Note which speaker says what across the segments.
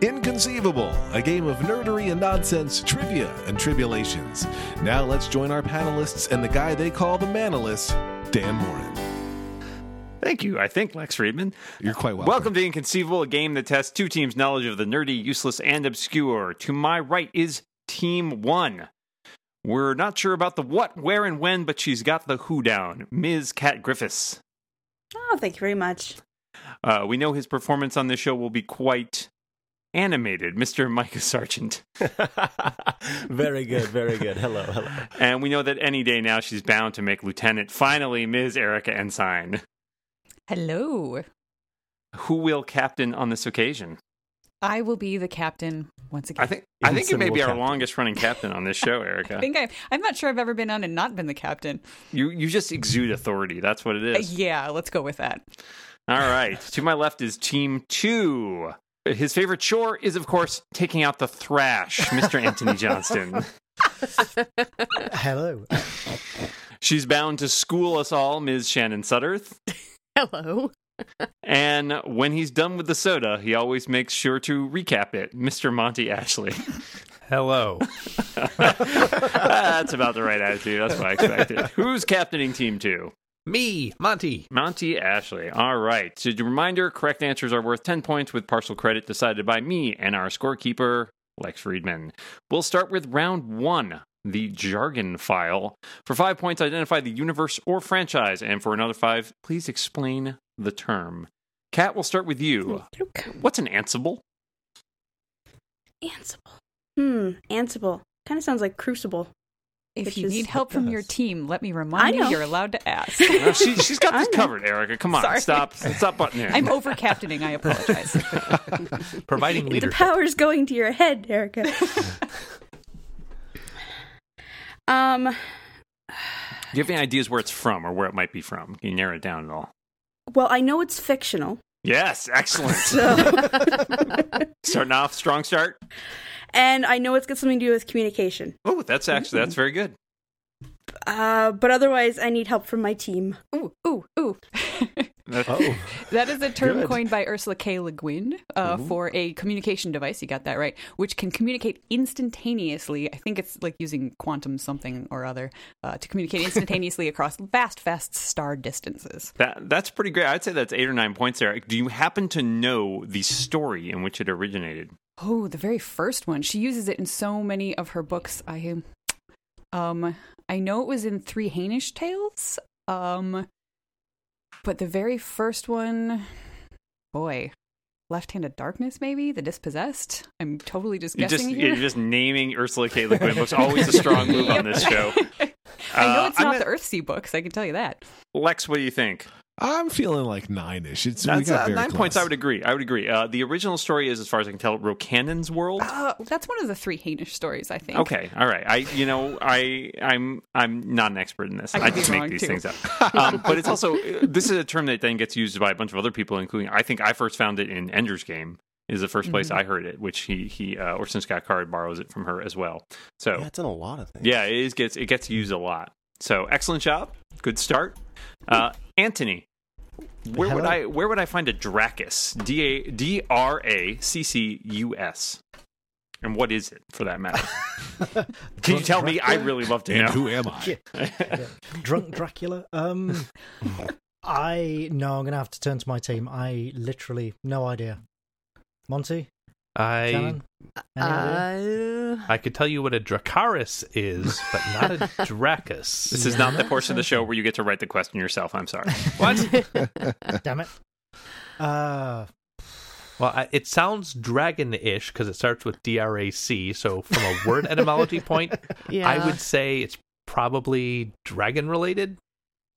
Speaker 1: Inconceivable, a game of nerdery and nonsense, trivia and tribulations. Now let's join our panelists and the guy they call the manalist, Dan Morin.
Speaker 2: Thank you, I think, Lex Friedman.
Speaker 1: You're quite welcome.
Speaker 2: Welcome to Inconceivable, a game that tests two teams' knowledge of the nerdy, useless, and obscure. To my right is Team One. We're not sure about the what, where, and when, but she's got the who down. Ms. Kat Griffiths.
Speaker 3: Oh, thank you very much.
Speaker 2: Uh, we know his performance on this show will be quite animated, Mr. Micah Sargent.
Speaker 4: very good, very good. Hello, hello.
Speaker 2: And we know that any day now she's bound to make Lieutenant. Finally, Ms. Erica Ensign.
Speaker 5: Hello.
Speaker 2: Who will captain on this occasion?
Speaker 5: I will be the captain once again.
Speaker 2: I think I think it
Speaker 4: Ensign
Speaker 2: may
Speaker 4: will
Speaker 2: be our
Speaker 4: captain.
Speaker 2: longest running captain on this show, Erica.
Speaker 5: I think I, I'm not sure I've ever been on and not been the captain.
Speaker 2: You you just exude authority. That's what it
Speaker 5: Uh,
Speaker 2: is.
Speaker 5: yeah, let's go with that.
Speaker 2: All right. to my left is Team Two. His favorite chore is, of course, taking out the thrash, Mr. Anthony Johnston.
Speaker 4: Hello.
Speaker 2: She's bound to school us all, Ms. Shannon Sutterth.
Speaker 6: Hello.
Speaker 2: And when he's done with the soda, he always makes sure to recap it, Mr. Monty Ashley.
Speaker 7: Hello.
Speaker 2: That's about the right attitude. That's what I expected. Who's captaining Team Two?
Speaker 7: Me, Monty.
Speaker 2: Monty Ashley. All right. So, a reminder correct answers are worth 10 points with partial credit decided by me and our scorekeeper, Lex Friedman. We'll start with round one the jargon file. For five points, identify the universe or franchise. And for another five, please explain the term. Kat, we'll start with you. What's an Ansible?
Speaker 3: Ansible. Hmm, Ansible. Kind of sounds like Crucible.
Speaker 5: If
Speaker 3: Which
Speaker 5: you
Speaker 3: is-
Speaker 5: need help from your
Speaker 4: Yes.
Speaker 5: team, let me
Speaker 3: I
Speaker 5: remind you
Speaker 3: know.
Speaker 5: you're allowed to ask.
Speaker 2: No, she, she's got this
Speaker 3: I know.
Speaker 2: covered, Erica. Come on.
Speaker 5: Sorry.
Speaker 2: Stop. Stop buttoning.
Speaker 5: I'm over captaining. I apologize.
Speaker 7: Providing
Speaker 3: The
Speaker 7: leadership.
Speaker 3: power's going to your head, Erica. um,
Speaker 2: Do you have any ideas where it's from or where it might be from? Can you narrow it down at all?
Speaker 3: well, I know it's fictional.
Speaker 2: Yes, excellent. Starting off strong start.
Speaker 3: And I know it's got something to do with communication.
Speaker 2: Oh, that's actually that's very good.
Speaker 3: Uh, but otherwise, I need help from my team.
Speaker 5: ooh, ooh, ooh.
Speaker 4: Oh,
Speaker 5: That is a term
Speaker 4: Good.
Speaker 5: coined by Ursula K. Le Guin uh, for a communication device. You got that right, which can communicate instantaneously. I think it's like using quantum something or other uh, to communicate instantaneously across vast, vast star distances.
Speaker 2: That that's pretty great. I'd say that's eight or nine points there. Do you happen to know the story in which it originated?
Speaker 5: Oh, the very first one. She uses it in so many of her books. I um, I know it was in Three Hainish Tales. Um, but the very first one, boy. Left-handed darkness, maybe the dispossessed. I'm totally just
Speaker 2: You just
Speaker 5: guessing here.
Speaker 2: you're just naming Ursula K. Le Guin. Looks always a strong move on this show.
Speaker 5: I know
Speaker 2: Uh,
Speaker 5: it's
Speaker 2: I'm
Speaker 5: not
Speaker 2: gonna-
Speaker 5: the Earthsea books. I can tell you that.
Speaker 2: Lex, what do you think?
Speaker 1: I'm feeling like nine ish. It's we
Speaker 2: That's,
Speaker 1: got
Speaker 2: uh,
Speaker 1: very
Speaker 2: nine points.
Speaker 1: close.
Speaker 2: I would agree. I would agree. Uh, the original story is, as far as I can tell, Rokannon's world.
Speaker 5: Uh, that's one of the three Hainish stories, I think.
Speaker 2: Okay, all right. I, you know, I, I'm, I'm not an expert in this.
Speaker 5: I
Speaker 2: I,
Speaker 5: could be
Speaker 2: just make
Speaker 5: wrong,
Speaker 2: these
Speaker 5: too.
Speaker 2: things up. Um, but it's also this is a term that then gets used by a bunch of other people, including I think I first found it in Ender's Game. Is the first
Speaker 5: Mm-hmm.
Speaker 2: place I heard it, which he he uh, Orson Scott Card borrows it from her as well. So
Speaker 4: that's in a lot of things.
Speaker 2: yeah, it is gets it gets used a lot. So excellent job, good start, uh, Anthony. Where would
Speaker 4: Hello.
Speaker 2: I where would I find a Dracus? D a d r a c c u s, and what is it for that matter? Can you tell me? I really love to
Speaker 1: And
Speaker 2: know.
Speaker 1: who am I?
Speaker 7: Yeah.
Speaker 8: drunk Dracula. Um, I no, I'm gonna have to turn to my team. I literally no idea. Monty,
Speaker 7: I
Speaker 8: Shannon, any idea?
Speaker 7: I could tell you what a Dracaris is, but not a
Speaker 2: This
Speaker 7: Dracus.
Speaker 2: is not the portion of the show where you get to write the question yourself. I'm sorry. What?
Speaker 8: Ah, damn it. Uh,
Speaker 7: Well, I, it sounds dragon-ish because it starts with D R A C. So, from a word etymology point,
Speaker 6: yeah.
Speaker 7: I would say it's probably dragon-related.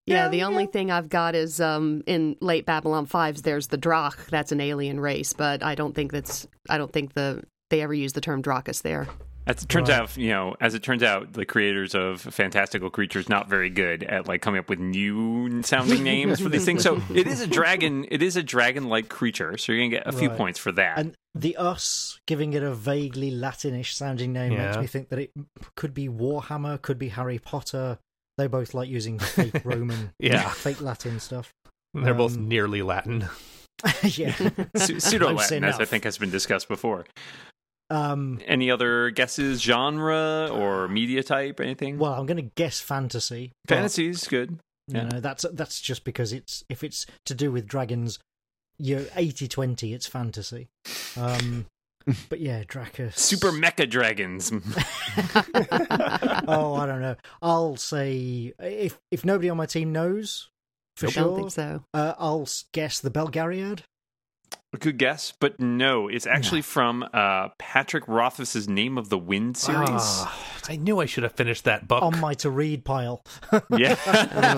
Speaker 6: Yeah, the only thing I've got is um in late Babylon 5s there's the Drach, that's an alien race, but I don't think that's I don't think the they ever use the term Dracus there.
Speaker 2: As it turns out, you know, as it turns out, the creators of fantastical creatures not very good at like coming up with new sounding names for these things. So it is a dragon. It is a dragon-like creature. So you're gonna get a few
Speaker 8: Right.
Speaker 2: points for that.
Speaker 8: and the us giving it a vaguely Latinish sounding name makes
Speaker 7: Yeah.
Speaker 8: me think that it could be Warhammer, could be Harry Potter. They both like using fake Roman,
Speaker 7: Yeah.
Speaker 8: fake Latin stuff.
Speaker 7: They're both
Speaker 8: Um,
Speaker 7: nearly Latin.
Speaker 8: yeah.
Speaker 2: Su- Pseudo Latin, as I
Speaker 8: enough.
Speaker 2: think has been discussed before.
Speaker 8: Um,
Speaker 2: Any other guesses, genre or media type, anything?
Speaker 8: well, I'm going to guess fantasy. but,
Speaker 2: Fantasy's good.
Speaker 8: You
Speaker 2: yeah.
Speaker 8: know, that's that's just because it's if it's to do with dragons, you're 80-20, It's fantasy. Um, but yeah, Dracus.
Speaker 2: Super Mecha Dragons.
Speaker 8: oh, I don't know. I'll say if if nobody on my team knows for
Speaker 6: I
Speaker 8: sure.
Speaker 6: don't think so.
Speaker 8: Uh, I'll s- guess the Belgariad.
Speaker 2: good guess, but no. It's actually from uh, Patrick Rothfuss's Name of the Wind series.
Speaker 7: Ah, I knew I should have finished that book.
Speaker 8: on Oh my to read pile.
Speaker 2: Yeah.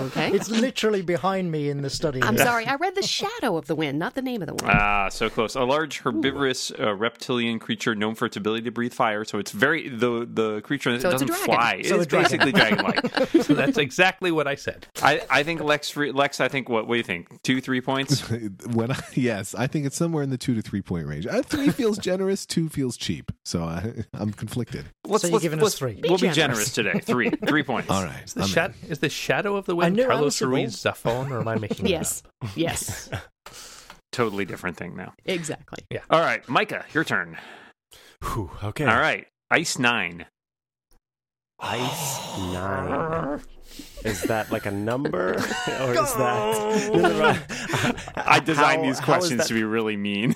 Speaker 6: Okay.
Speaker 8: It's literally behind me in the study.
Speaker 6: I'm
Speaker 8: here.
Speaker 6: sorry. I read The Shadow of the Wind, not the name of the wind.
Speaker 2: Ah, so close. A large herbivorous uh, reptilian creature known for its ability to breathe fire. So it's very the the creature that
Speaker 6: So it's a
Speaker 2: doesn't fly.
Speaker 6: dragon.
Speaker 8: So
Speaker 2: it
Speaker 8: a
Speaker 2: is
Speaker 8: dragon.
Speaker 2: basically dragon like.
Speaker 7: so that's exactly what I said.
Speaker 2: I, I think Lex re- Lex. I think what what do you think? Two three points.
Speaker 1: when I, yes, I think it's somewhere in the two to three point range. Uh, three feels generous, two feels cheap. So I, I'm conflicted.
Speaker 2: Let's,
Speaker 8: you're
Speaker 2: let's-
Speaker 8: giving us
Speaker 2: let's-
Speaker 8: three.
Speaker 2: we'll
Speaker 6: Be
Speaker 2: be generous today. Three three points.
Speaker 1: All right,
Speaker 7: Is the,
Speaker 1: I'm
Speaker 7: sha-
Speaker 1: in.
Speaker 7: is the Shadow of the
Speaker 8: I
Speaker 7: Wind
Speaker 8: knew
Speaker 7: Carlos
Speaker 8: Ansible.
Speaker 7: Ruiz Zafon, or am I making it
Speaker 6: Yes.
Speaker 7: up?
Speaker 6: Yes.
Speaker 2: Totally different thing now.
Speaker 6: Exactly.
Speaker 2: All right, Micah, your turn.
Speaker 4: Whew, okay.
Speaker 2: All right, Ice Nine.
Speaker 4: Ice nine. Is that like a number, or is that?
Speaker 2: I designed
Speaker 4: How-
Speaker 2: these
Speaker 4: how is
Speaker 2: questions
Speaker 4: that-
Speaker 2: to be really mean.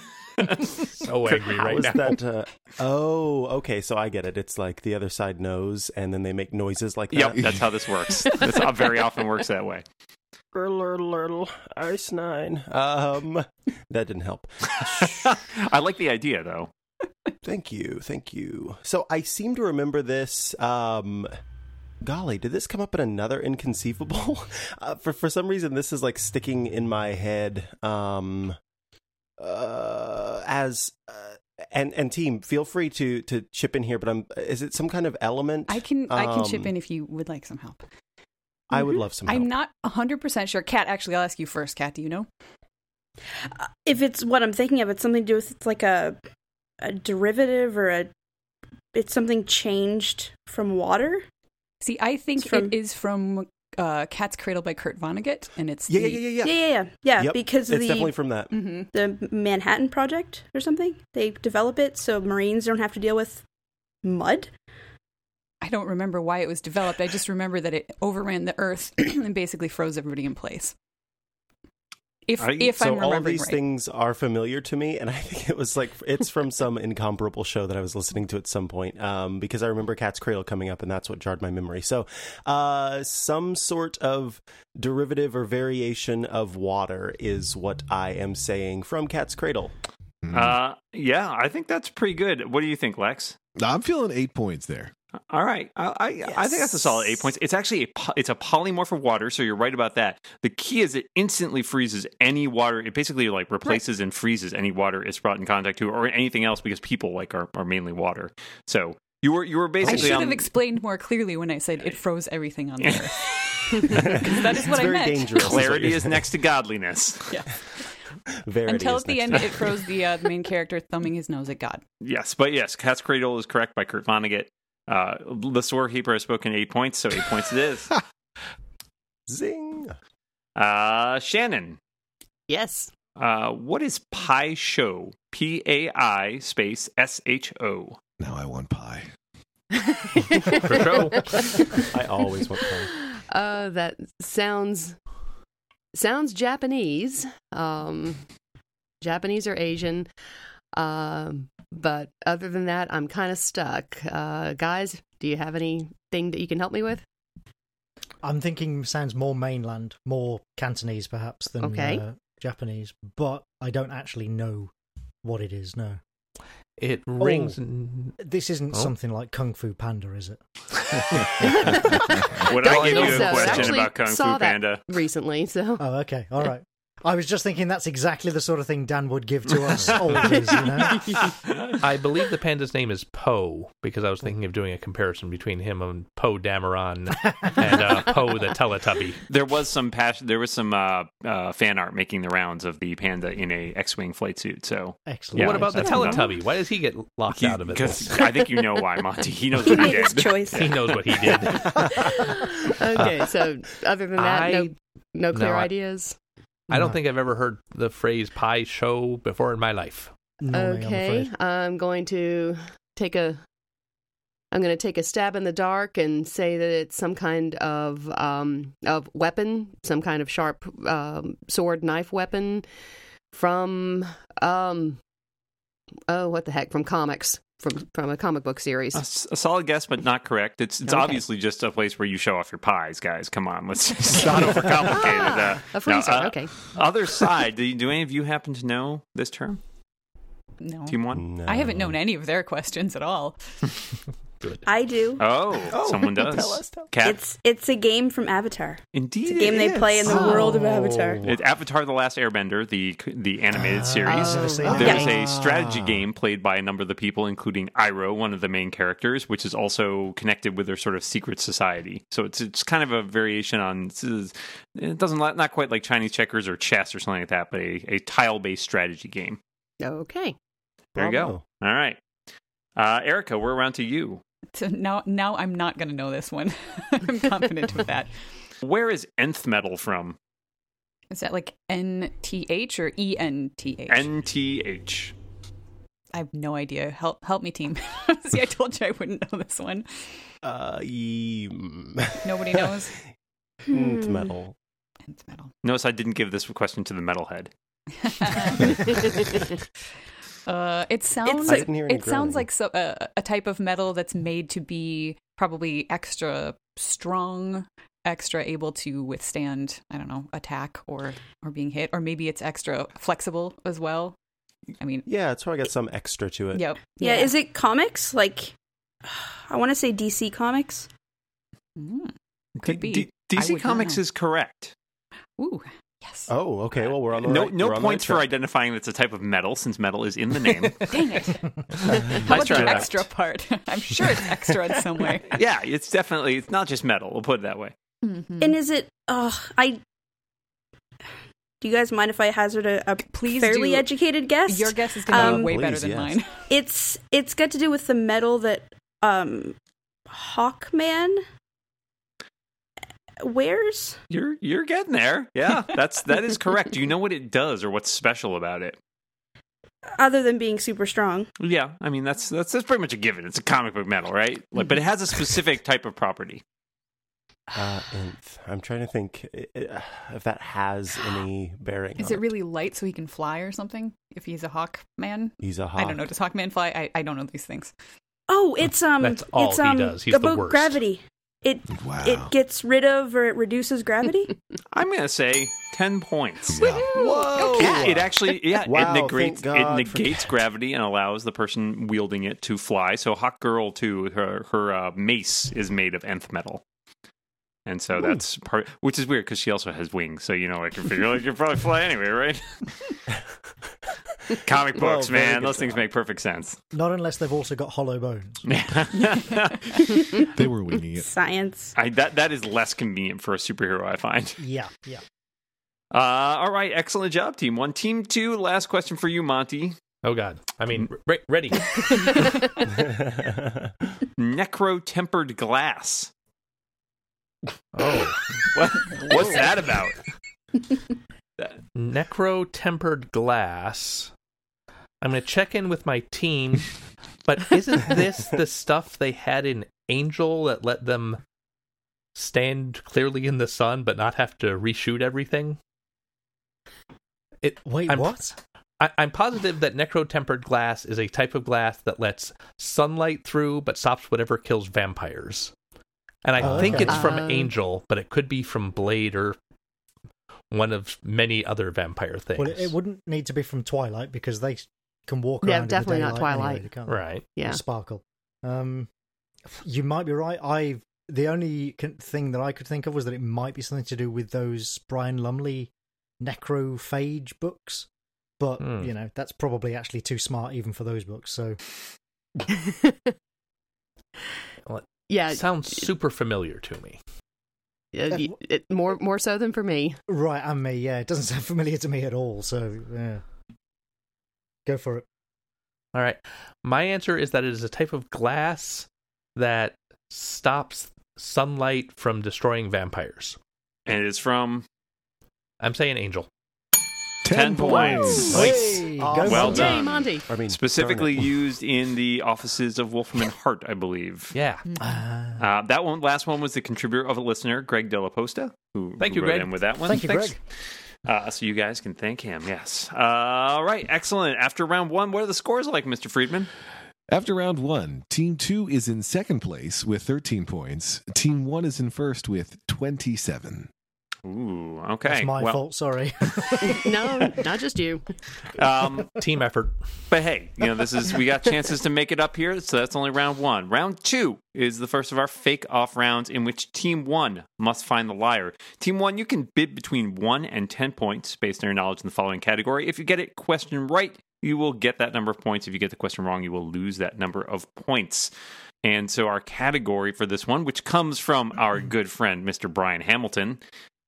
Speaker 7: So angry
Speaker 4: How
Speaker 7: right
Speaker 4: is
Speaker 7: now.
Speaker 4: that? Uh, oh, okay. So I get it. It's like the other side knows, and then they make noises like
Speaker 2: yep,
Speaker 4: that.
Speaker 2: that's how this works. This uh, very often works that way.
Speaker 4: Lurtle, lurtle, ice nine. Um, that didn't help.
Speaker 2: I like the idea though.
Speaker 4: Thank you, thank you. So I seem to remember this. Um, golly, did this come up in another inconceivable? Uh, for for some reason, this is like sticking in my head. Um, uh, as uh, and and team, feel free to to chip in here. But I'm is it some kind of element?
Speaker 5: I can I can chip
Speaker 4: Um,
Speaker 5: in if you would like some help.
Speaker 4: I would love some. Help.
Speaker 5: I'm not 100% sure. Kat, actually, I'll ask you first. Kat, do you know?
Speaker 3: If it's what I'm thinking of, it's something to do with it's like a a derivative or a it's something changed from water.
Speaker 5: See, I think
Speaker 3: It's from-
Speaker 5: it is from uh, Cat's Cradle by Kurt Vonnegut, and it's
Speaker 4: Yeah,
Speaker 5: the,
Speaker 4: yeah, yeah,
Speaker 3: Yeah,
Speaker 4: yeah.
Speaker 3: yeah, yeah, yeah.
Speaker 4: Yep,
Speaker 3: Because of
Speaker 4: it's
Speaker 3: the
Speaker 4: definitely from that.
Speaker 5: hmm
Speaker 3: the Manhattan Project or something. They develop it so Marines don't have to deal with mud.
Speaker 5: I don't remember why it was developed. I just remember that it overran the Earth and basically froze everybody in place. If
Speaker 2: I-
Speaker 5: if
Speaker 4: so
Speaker 5: I'm
Speaker 4: all
Speaker 5: remembering
Speaker 4: these
Speaker 5: right,
Speaker 4: things are familiar to me and i think it was like it's from some incomparable show that i was listening to at some point um, because i remember cat's cradle coming up and that's what jarred my memory so uh, some sort of derivative or variation of water is what i am saying from cat's cradle
Speaker 9: Mm-hmm.
Speaker 1: Mm-hmm.
Speaker 2: Uh, yeah, I think that's pretty good. What do you think, Lex?
Speaker 1: I'm feeling eight points there.
Speaker 2: All right, I I, I think that's a solid eight
Speaker 4: Yes.
Speaker 2: points. It's actually a po- it's a polymorph of water, so you're right about that. The key is it instantly freezes any water. It basically like replaces and freezes any water it's brought in contact to, or anything else, because people like are, are mainly water. So you were you were
Speaker 5: I
Speaker 2: basically
Speaker 5: should
Speaker 2: on-
Speaker 4: um,
Speaker 5: have explained more clearly when I said it froze everything on the Earth. that is
Speaker 4: it's
Speaker 5: what I
Speaker 4: very
Speaker 5: meant.
Speaker 4: dangerous what
Speaker 2: clarity
Speaker 4: you're
Speaker 2: is
Speaker 4: saying.
Speaker 2: next to godliness.
Speaker 5: Yeah.
Speaker 4: Verity
Speaker 5: Until
Speaker 4: is
Speaker 5: at the
Speaker 4: next
Speaker 5: end,
Speaker 4: to
Speaker 5: it froze the, uh, the main character thumbing his nose at God.
Speaker 2: Yes, but yes, Cat's Cradle is correct by Kurt Vonnegut. Uh, the Scorekeeper has spoken eight points, so eight points it is.
Speaker 4: zing
Speaker 2: Uh, Shannon,
Speaker 6: Yes.
Speaker 2: uh, what is Pi Show? P A I space S H O.
Speaker 1: Now I want pie.
Speaker 7: For show.
Speaker 4: i always want to
Speaker 6: Uh, that sounds sounds Japanese. Um, Japanese or Asian. Um, but other than that, I'm kind of stuck. Uh, guys, do you have anything that you can help me with?
Speaker 8: I'm thinking sounds more mainland, more Cantonese perhaps than
Speaker 6: Okay.
Speaker 8: uh, Japanese, but I don't actually know what it is. No,
Speaker 7: It rings.
Speaker 8: Oh. this isn't
Speaker 7: Oh.
Speaker 8: something like Kung Fu Panda, is it?
Speaker 2: When
Speaker 6: Don't
Speaker 2: I give
Speaker 6: think
Speaker 2: you a
Speaker 6: so. I
Speaker 2: question
Speaker 6: actually
Speaker 2: about Kung
Speaker 6: saw
Speaker 2: Fu
Speaker 6: that
Speaker 2: Panda,
Speaker 6: Recently, so
Speaker 8: Oh, okay, all right. I was just thinking that's exactly the sort of thing Dan would give to us oldies, you know.
Speaker 7: I believe the panda's name is Poe because I was thinking of doing a comparison between him and Poe Dameron and uh, Poe the Teletubby.
Speaker 2: there was some passion. There was some uh, uh, fan art making the rounds of the panda in a X-wing flight suit. So
Speaker 8: Excellent.
Speaker 2: Yeah,
Speaker 7: what about the
Speaker 2: that's another-
Speaker 7: Teletubby? Why does he get locked out of it?
Speaker 2: because I think you know why, Monty. He knows
Speaker 3: He
Speaker 2: what he
Speaker 3: made his
Speaker 2: did.
Speaker 3: choice.
Speaker 7: He knows what he did.
Speaker 6: okay. So other than that,
Speaker 7: I-
Speaker 6: no, no clear
Speaker 7: no, I-
Speaker 6: ideas.
Speaker 7: I don't
Speaker 8: No.
Speaker 7: think I've ever heard the phrase pie show before in my life.
Speaker 8: Normally, I'm
Speaker 6: okay,
Speaker 8: afraid.
Speaker 6: I'm, going to take a. I'm going to take a stab in the dark and say that it's some kind of um, of weapon, some kind of sharp um, sword, knife weapon from um, oh, what the heck, from comics, from from a comic book series.
Speaker 2: A, s- a solid guess, but not correct. It's it's
Speaker 6: Okay.
Speaker 2: obviously just a place where you show off your pies, guys. Come on, let's it's not overcomplicated.
Speaker 6: Ah,
Speaker 2: uh,
Speaker 6: a freezer.
Speaker 2: no, uh,
Speaker 6: okay.
Speaker 2: Other side. Do, you, do any of you happen to know this term?
Speaker 5: No.
Speaker 2: Team one.
Speaker 7: Mm.
Speaker 4: No.
Speaker 5: I haven't known any of their questions at all.
Speaker 7: Good.
Speaker 3: I do.
Speaker 2: Oh, someone does.
Speaker 4: tell us, tell us.
Speaker 2: Cat.
Speaker 3: It's it's a game from Avatar.
Speaker 2: Indeed,
Speaker 3: It's a game
Speaker 2: it
Speaker 3: they
Speaker 2: is.
Speaker 3: play in the
Speaker 5: Oh.
Speaker 3: world of Avatar.
Speaker 2: It's Avatar: The Last Airbender, the the animated
Speaker 8: Ah,
Speaker 2: series.
Speaker 8: I've
Speaker 7: Oh.
Speaker 8: seen
Speaker 2: There is
Speaker 8: that.
Speaker 2: a strategy game played by a number of the people, including Iroh, one of the main characters, which is also connected with their sort of secret society. So it's it's kind of a variation on this is- it doesn't li- not quite like Chinese checkers or chess or something like that, but a, a tile based strategy game.
Speaker 6: Okay.
Speaker 2: There you
Speaker 4: Bravo.
Speaker 2: go. All right, uh, Erica, we're around to you.
Speaker 5: So now, now I'm not going to know this one. I'm confident with that.
Speaker 2: Where is nth metal from?
Speaker 5: Is that like N T H or E N T H? I
Speaker 2: N T H.
Speaker 5: have no idea. Help, help me, team. See, I told you I wouldn't know this one.
Speaker 4: Uh, ye- mm.
Speaker 5: Nobody knows. Hmm.
Speaker 4: Mm, it's metal.
Speaker 5: Nth metal.
Speaker 2: Notice I didn't give this question to the metalhead.
Speaker 5: Uh, it sounds.
Speaker 3: I
Speaker 4: didn't hear any
Speaker 5: it sounds
Speaker 4: groaning.
Speaker 5: like so, uh, a type of metal that's made to be probably extra strong, extra able to withstand. I don't know attack or or being hit, or maybe it's extra flexible as well. I mean,
Speaker 4: Yeah, it's probably got some extra to it.
Speaker 5: yep.
Speaker 3: Yeah, is it comics? Like I want to say DC Comics.
Speaker 5: Mm. Could
Speaker 2: D-
Speaker 5: be.
Speaker 2: D-
Speaker 5: I
Speaker 2: DC
Speaker 5: would not
Speaker 2: Comics
Speaker 5: know.
Speaker 2: is correct.
Speaker 5: Ooh, yes.
Speaker 4: Oh, okay. Well, we're on the
Speaker 2: Uh, no
Speaker 4: right.
Speaker 2: no
Speaker 4: we're on the
Speaker 2: points
Speaker 4: right
Speaker 2: for
Speaker 4: track.
Speaker 2: identifying that's a type of metal since metal is in the name.
Speaker 5: Dang it. How
Speaker 2: Nice
Speaker 5: about
Speaker 2: try,
Speaker 5: the
Speaker 2: though.
Speaker 5: extra part? I'm sure it's extra in some way.
Speaker 2: yeah, it's definitely it's not just metal. We'll put it that way.
Speaker 5: Mm-hmm. Hmm.
Speaker 3: And is it? Oh, I. Do you guys mind if I hazard a, a
Speaker 5: Please
Speaker 3: fairly
Speaker 5: do.
Speaker 3: educated guess?
Speaker 5: Your guess is going to
Speaker 3: Um,
Speaker 5: be way better
Speaker 4: Please,
Speaker 5: than
Speaker 4: yes.
Speaker 5: mine.
Speaker 3: it's it's got to do with the metal that um Hawkman wears.
Speaker 2: You're you're getting there. Yeah, that's that is correct. Do you know what it does or what's special about it?
Speaker 3: Other than being super strong,
Speaker 2: Yeah, I mean that's that's that's pretty much a given. It's a comic book metal, right? Like, but it has a specific type of property.
Speaker 4: Uh, nth. I'm trying to think uh, if that has any bearing.
Speaker 5: Is
Speaker 4: on
Speaker 5: it really light so he can fly or something? If he's a hawk man?
Speaker 4: He's a hawk.
Speaker 5: I don't know. Does hawk man fly? I, I don't know these things.
Speaker 3: oh, it's um,
Speaker 7: That's all
Speaker 3: it's
Speaker 7: he
Speaker 3: um
Speaker 7: does. He's the
Speaker 3: about
Speaker 7: worst.
Speaker 3: gravity. It
Speaker 1: Wow.
Speaker 3: it gets rid of or it reduces gravity.
Speaker 2: I'm gonna say ten points.
Speaker 1: Yeah.
Speaker 4: Whoa!
Speaker 2: Yeah, it actually yeah
Speaker 4: Wow,
Speaker 2: it negates
Speaker 4: thank
Speaker 2: it
Speaker 4: God for-
Speaker 2: negates gravity and allows the person wielding it to fly. So Hawk Girl too, her her uh, mace is made of nth metal, and so that's part which is weird because she also has wings. So you know, like you figure like you probably fly anyway, right? Comic
Speaker 4: Well,
Speaker 2: books,
Speaker 4: very
Speaker 2: man,
Speaker 4: good
Speaker 2: those things
Speaker 4: job.
Speaker 2: make perfect sense.
Speaker 8: Not unless they've also got hollow bones.
Speaker 1: They were winging it.
Speaker 3: Science.
Speaker 2: I, that that is less convenient for a superhero, I find.
Speaker 8: Yeah, yeah.
Speaker 2: Uh, all right, excellent job, team one. Team two, last question for you, Monty.
Speaker 7: Oh God. I mean, re- ready.
Speaker 2: Necro tempered glass.
Speaker 7: Oh,
Speaker 2: What, what's that about?
Speaker 7: necro tempered glass. I'm going to check in with my team, but isn't this the stuff they had in Angel that let them stand clearly in the sun but not have to reshoot everything? It,
Speaker 8: Wait,
Speaker 7: I'm-
Speaker 8: what?
Speaker 7: I, I'm positive that necro tempered glass is a type of glass that lets sunlight through but stops whatever kills vampires. And I
Speaker 8: Oh,
Speaker 7: think
Speaker 8: okay.
Speaker 7: it's from
Speaker 6: Um.
Speaker 7: Angel, but it could be from Blade or one of many other vampire things.
Speaker 8: Well, it, it wouldn't need to be from Twilight because they can walk
Speaker 6: Yeah,
Speaker 8: around. in the
Speaker 6: definitely not
Speaker 8: daylight anyway,
Speaker 6: Twilight.
Speaker 8: they can't.
Speaker 7: right.
Speaker 6: yeah.
Speaker 8: sparkle. Um, you might be right. I the only con- thing that I could think of was that it might be something to do with those Brian Lumley necrophage books, but
Speaker 7: Hmm.
Speaker 8: you know that's probably actually too smart even for those books. So
Speaker 6: yeah.
Speaker 7: It sounds super familiar to me.
Speaker 6: uh, y- it, more more so than for me.
Speaker 8: right, and me, yeah, it doesn't sound familiar to me at all. So yeah, go for it.
Speaker 7: All right. My answer is that it is a type of glass that stops sunlight from destroying vampires.
Speaker 2: And it's from
Speaker 7: I'm saying Angel.
Speaker 2: 10 points.
Speaker 1: Nice.
Speaker 8: Hey,
Speaker 4: Awesome.
Speaker 8: go
Speaker 2: Well
Speaker 8: Monty.
Speaker 2: done.
Speaker 6: Yay, Monty.
Speaker 4: I mean,
Speaker 2: Specifically
Speaker 4: darn it.
Speaker 2: used in the offices of Wolfram and Hart, I believe.
Speaker 7: Yeah.
Speaker 8: Ah.
Speaker 2: Uh, that one, last one was the contributor of a listener, Greg Della Posta, who,
Speaker 7: Thank
Speaker 2: who
Speaker 7: you,
Speaker 2: wrote
Speaker 7: Greg.
Speaker 2: in with that one.
Speaker 8: Thank you,
Speaker 7: Thanks.
Speaker 8: Greg.
Speaker 2: Uh, so you guys can thank him. Yes. Uh, all right. Excellent. After round one, what are the scores like, Mr. Friedman?
Speaker 1: After round one, Team 2 is in second place with 13 points. Team 1 is in first with 27.
Speaker 2: Ooh. Okay.
Speaker 8: That's my
Speaker 2: well,
Speaker 8: fault. Sorry.
Speaker 6: No, not just you.
Speaker 2: Um,
Speaker 7: Team effort.
Speaker 2: but hey, you know this is we got chances to make it up here, so that's only round one. Round two is the first of our fake off rounds in which Team One must find the liar. Team One, you can bid between one and ten points based on your knowledge in the following category. If you get it question right, you will get that number of points. If you get the question wrong, you will lose that number of points. And so our category for this one, which comes from our good friend Mr. Brian Hamilton,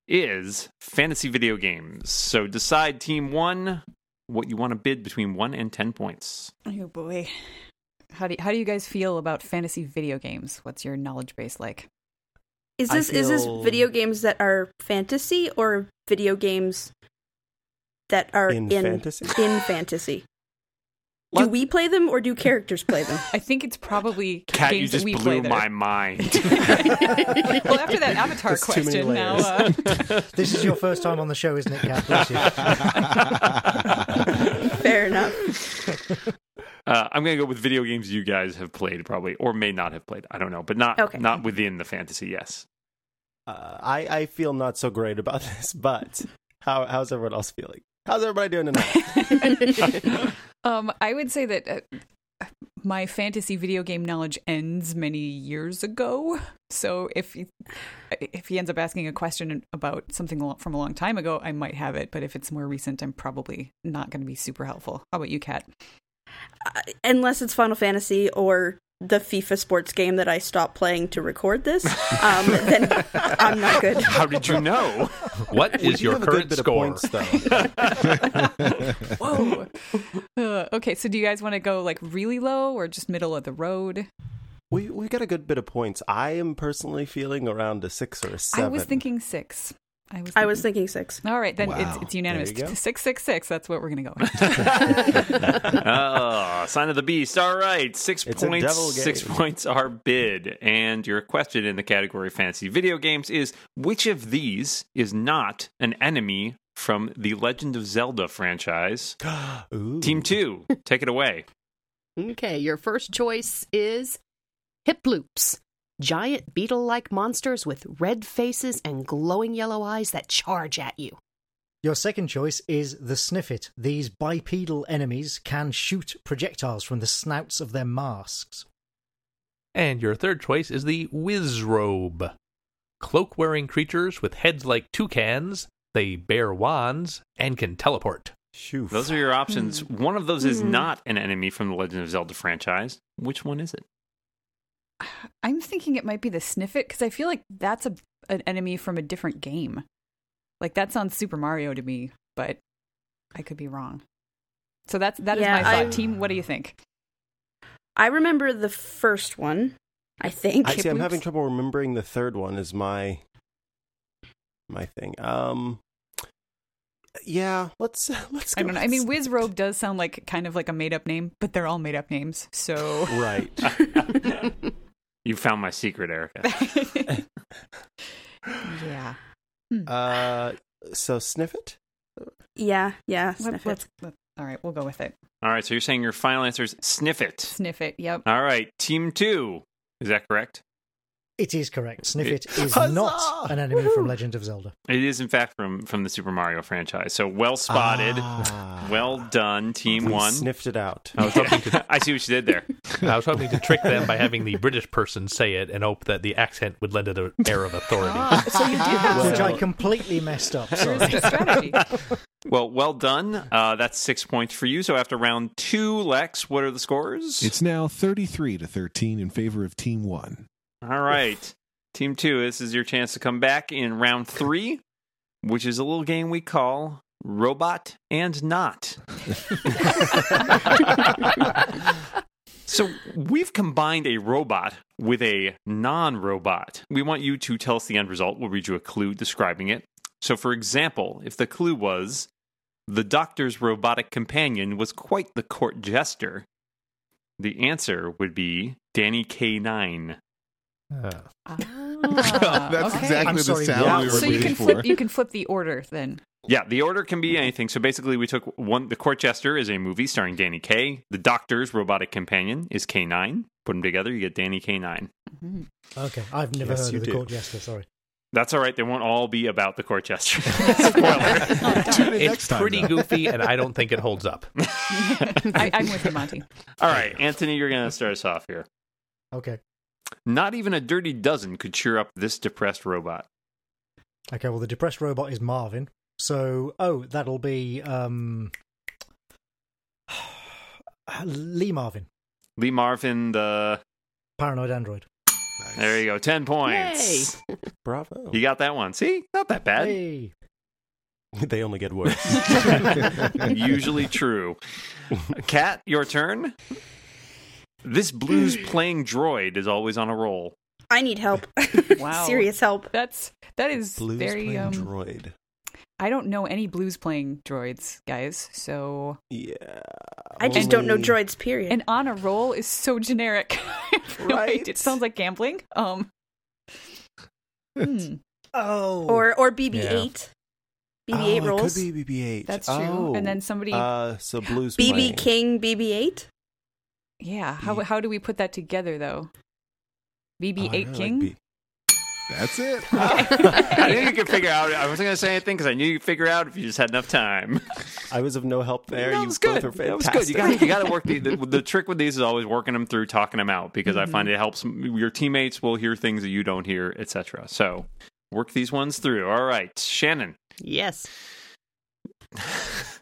Speaker 2: is fantasy video games. So decide team 1 what you want to bid between 1 and 10 points.
Speaker 5: Oh boy. How do you, how do you guys feel about fantasy video games? What's your knowledge base like?
Speaker 3: Is
Speaker 4: I
Speaker 3: this is this
Speaker 4: feel-
Speaker 3: video games that are fantasy or video games that are
Speaker 4: In
Speaker 3: in in
Speaker 4: fantasy?
Speaker 3: fantasy? Do we play them or do characters play them?
Speaker 5: I think it's probably
Speaker 2: Cat,
Speaker 5: games
Speaker 2: you just
Speaker 5: that we
Speaker 2: blew
Speaker 5: play that
Speaker 2: my
Speaker 5: are-
Speaker 2: mind.
Speaker 5: well, after that Avatar
Speaker 4: There's too many
Speaker 5: question, now
Speaker 4: layers.
Speaker 5: uh,
Speaker 8: this is your first time on the show, isn't it, Kat? Bless you.
Speaker 3: Fair enough.
Speaker 2: Uh, I'm going to go with video games you guys have played probably or may not have played. I don't know, but not
Speaker 3: Okay.
Speaker 2: not within the fantasy. Yes.
Speaker 4: Uh, I I feel not so great about this, but how how's everyone else feeling? How's everybody doing tonight?
Speaker 5: um, I would say that uh, my fantasy video game knowledge ends many years ago. So if he, if he ends up asking a question about something lo- from a long time ago, I might have it. But if it's more recent, I'm probably not going to be super helpful. How about you, Kat?
Speaker 3: Uh, Unless it's Final Fantasy or the FIFA sports game that I stopped playing to record this, um, then I'm not good.
Speaker 2: How did you know?
Speaker 7: What
Speaker 4: We
Speaker 7: is
Speaker 4: do
Speaker 7: your
Speaker 4: have a good
Speaker 7: current
Speaker 4: bit of
Speaker 7: score?
Speaker 4: points, though.
Speaker 5: Whoa. uh, okay, so do you guys want to go like really low or just middle of the road?
Speaker 4: we we got a good bit of points. I am personally feeling around a six or a seven.
Speaker 5: I was thinking six. I was. Thinking.
Speaker 3: I was thinking six.
Speaker 5: All right, then
Speaker 1: Wow.
Speaker 5: it's, it's unanimous.
Speaker 4: There you go.
Speaker 5: Six, six, six. That's what we're gonna go. with.
Speaker 2: oh, sign of the beast. All right, six
Speaker 4: It's a
Speaker 2: points.
Speaker 4: devil game.
Speaker 2: Six points are bid, and your question in the category fantasy video games is: which of these is not an enemy from the Legend of Zelda franchise?
Speaker 4: Ooh.
Speaker 2: Team two, take it away.
Speaker 6: Okay, your first choice is hip loops. Giant beetle like monsters with red faces and glowing yellow eyes that charge at you.
Speaker 8: Your second choice is the sniffet. These bipedal enemies can shoot projectiles from the snouts of their masks.
Speaker 7: And your third choice is the Wizrobe. Cloak wearing creatures with heads like toucans, they bear wands, and can teleport.
Speaker 4: Shoof.
Speaker 2: Those are your options. One of those is not an enemy from the Legend of Zelda franchise. Which one is it?
Speaker 5: I'm thinking it might be the sniffet because I feel like that's a an enemy from a different game. Like that sounds Super Mario to me, but I could be wrong. So that's that is
Speaker 3: Yeah,
Speaker 5: my thought.
Speaker 3: I-
Speaker 5: Team, what do you think?
Speaker 3: I remember the first one. I think.
Speaker 4: I see. I'm
Speaker 5: Kiploops.
Speaker 4: having trouble remembering the third one. Is my my thing? Um. Yeah, let's let's. Go
Speaker 5: I don't know. I
Speaker 4: with
Speaker 5: mean,
Speaker 4: six.
Speaker 5: Wizrobe does sound like kind of like a made up name, but they're all made up names. So
Speaker 4: Right.
Speaker 2: You found my secret, Erica.
Speaker 5: yeah,
Speaker 4: Uh. So sniff it.
Speaker 3: yeah, yeah.
Speaker 5: Let-
Speaker 3: Sniff
Speaker 5: let's-
Speaker 3: it.
Speaker 5: let- all right, we'll go with it.
Speaker 2: All right, so you're saying your final answer is sniff it.
Speaker 5: Sniff it. Yep.
Speaker 2: All right, team two. Is that correct?
Speaker 8: It is correct. Sniffet is
Speaker 4: Huzzah!
Speaker 8: not an enemy
Speaker 4: Woo!
Speaker 8: from Legend of Zelda.
Speaker 2: It is, in fact, from from the Super Mario franchise. So well spotted,
Speaker 4: Ah.
Speaker 2: well done, Team
Speaker 4: We
Speaker 2: One.
Speaker 4: Sniffed it out.
Speaker 2: I, was hoping to- I see what you did there.
Speaker 7: I was hoping to trick them by having the British person say it and hope that the accent would lend it an air of authority.
Speaker 5: so you do have
Speaker 8: Which I
Speaker 5: some-
Speaker 8: completely messed up.
Speaker 5: Here's
Speaker 8: Sorry.
Speaker 5: the strategy.
Speaker 2: Well, well done. Uh, that's six points for you. So after round two, Lex, what are the scores?
Speaker 1: It's now 33 to 13 in favor of Team 1.
Speaker 2: All right, Team Two. This is your chance to come back in round three, which is a little game we call Robot and Not. So we've combined a robot with a non robot. We want you to tell us the end result. We'll read you a clue describing it. So, for example, if the clue was The doctor's robotic companion was quite the court jester. The answer would be Danny K9.
Speaker 7: Uh,
Speaker 5: Ah,
Speaker 1: That's
Speaker 5: okay.
Speaker 1: exactly
Speaker 8: I'm
Speaker 1: the
Speaker 8: sorry,
Speaker 1: sound
Speaker 8: yeah.
Speaker 1: we were
Speaker 5: so you
Speaker 1: waiting
Speaker 5: can
Speaker 1: for.
Speaker 5: flip you can flip the order then.
Speaker 2: Yeah, the order can be anything. So basically, we took one. The Court Jester is a movie starring Danny Kaye. The Doctor's robotic companion is K9. Put them together, you get Danny K9.
Speaker 5: Mhm.
Speaker 8: Okay, I've never
Speaker 4: Yes,
Speaker 8: heard
Speaker 4: you
Speaker 8: of the
Speaker 4: do.
Speaker 8: court jester. Sorry.
Speaker 2: That's all right. They won't all be about the Court Jester. Spoiler.
Speaker 1: Tune in next
Speaker 7: Oh, it's
Speaker 1: time.
Speaker 7: pretty
Speaker 1: though.
Speaker 7: goofy, and I don't think it holds up.
Speaker 5: I, I'm with you, Monty.
Speaker 2: all right, Anthony, you're going to start us off here.
Speaker 8: Okay.
Speaker 2: Not even a dirty dozen could cheer up this depressed robot.
Speaker 8: Okay. Well, the depressed robot is Marvin. So, oh, that'll be um, Lee Marvin,
Speaker 2: Lee Marvin, the.
Speaker 8: paranoid android.
Speaker 2: There you go. 10 points.
Speaker 4: Bravo.
Speaker 2: You got that one. See? Not that bad.
Speaker 8: Hey.
Speaker 4: they only get worse.
Speaker 2: Usually true. Kat, your turn. This blues playing droid is always on a roll.
Speaker 3: I need help.
Speaker 5: Wow.
Speaker 3: Serious help.
Speaker 5: That's that is
Speaker 4: Blues
Speaker 5: very
Speaker 4: playing
Speaker 5: um
Speaker 4: droid.
Speaker 5: I don't know any blues playing droids, guys. So
Speaker 4: Yeah.
Speaker 3: I just don't know
Speaker 4: only-
Speaker 3: droids, period.
Speaker 5: and on a roll is so generic. I feel like
Speaker 4: Right?
Speaker 5: It sounds like gambling. Um hmm,
Speaker 8: Oh.
Speaker 3: or or BB-8. BB-8
Speaker 4: oh,
Speaker 3: rolls.
Speaker 4: It could be BB-8.
Speaker 5: That's true.
Speaker 4: Oh.
Speaker 5: And then somebody
Speaker 4: Uh, so blues.
Speaker 3: BB
Speaker 4: playing.
Speaker 3: King, BB-8.
Speaker 5: Yeah, how
Speaker 4: Ye-
Speaker 5: how do we put that together though?
Speaker 4: Oh,
Speaker 5: BB
Speaker 4: I
Speaker 5: eight
Speaker 4: really
Speaker 5: king?
Speaker 4: like B-
Speaker 1: That's it.
Speaker 2: I knew you could figure out. I wasn't going to say anything because I knew you'd figure out if you just had enough time.
Speaker 4: I was of no help there.
Speaker 2: No,
Speaker 4: you
Speaker 2: it was
Speaker 4: both
Speaker 2: good.
Speaker 4: are
Speaker 2: That was
Speaker 4: fantastic.
Speaker 2: good. You got you got to work the, the the trick with these is always working them through, talking them out because I
Speaker 4: Mm-hmm.
Speaker 2: find it helps m- your teammates will hear things that you don't hear, etc. So work these ones through. All right, Shannon.
Speaker 6: Yes.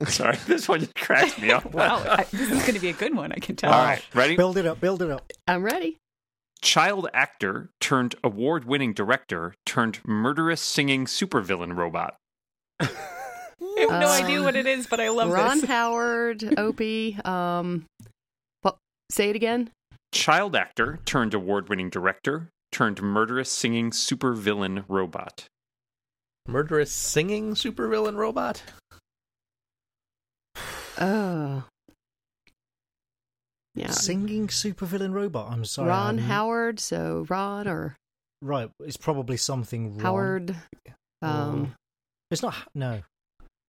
Speaker 2: Sorry, this one just cracked me up.
Speaker 5: Wow, I, this is going to be a good one. I can
Speaker 2: All
Speaker 5: tell.
Speaker 2: right, ready?
Speaker 8: Build it up. Build it up.
Speaker 6: I'm ready.
Speaker 2: Child actor turned award winning director turned murderous singing supervillain robot.
Speaker 5: I have no
Speaker 6: Uh,
Speaker 5: idea what it is, but I love
Speaker 6: Ron
Speaker 5: this.
Speaker 6: Howard, Opie. Um, what, say it again.
Speaker 2: Child actor turned award winning director turned murderous singing supervillain robot.
Speaker 7: Murderous singing supervillain robot.
Speaker 6: Oh. Yeah.
Speaker 8: Singing supervillain robot. I'm sorry.
Speaker 6: Um, Ron
Speaker 8: I'm-
Speaker 6: Howard. So Ron or
Speaker 8: Right. It's probably something. Ron.
Speaker 6: Howard. Um,
Speaker 8: It's not. No.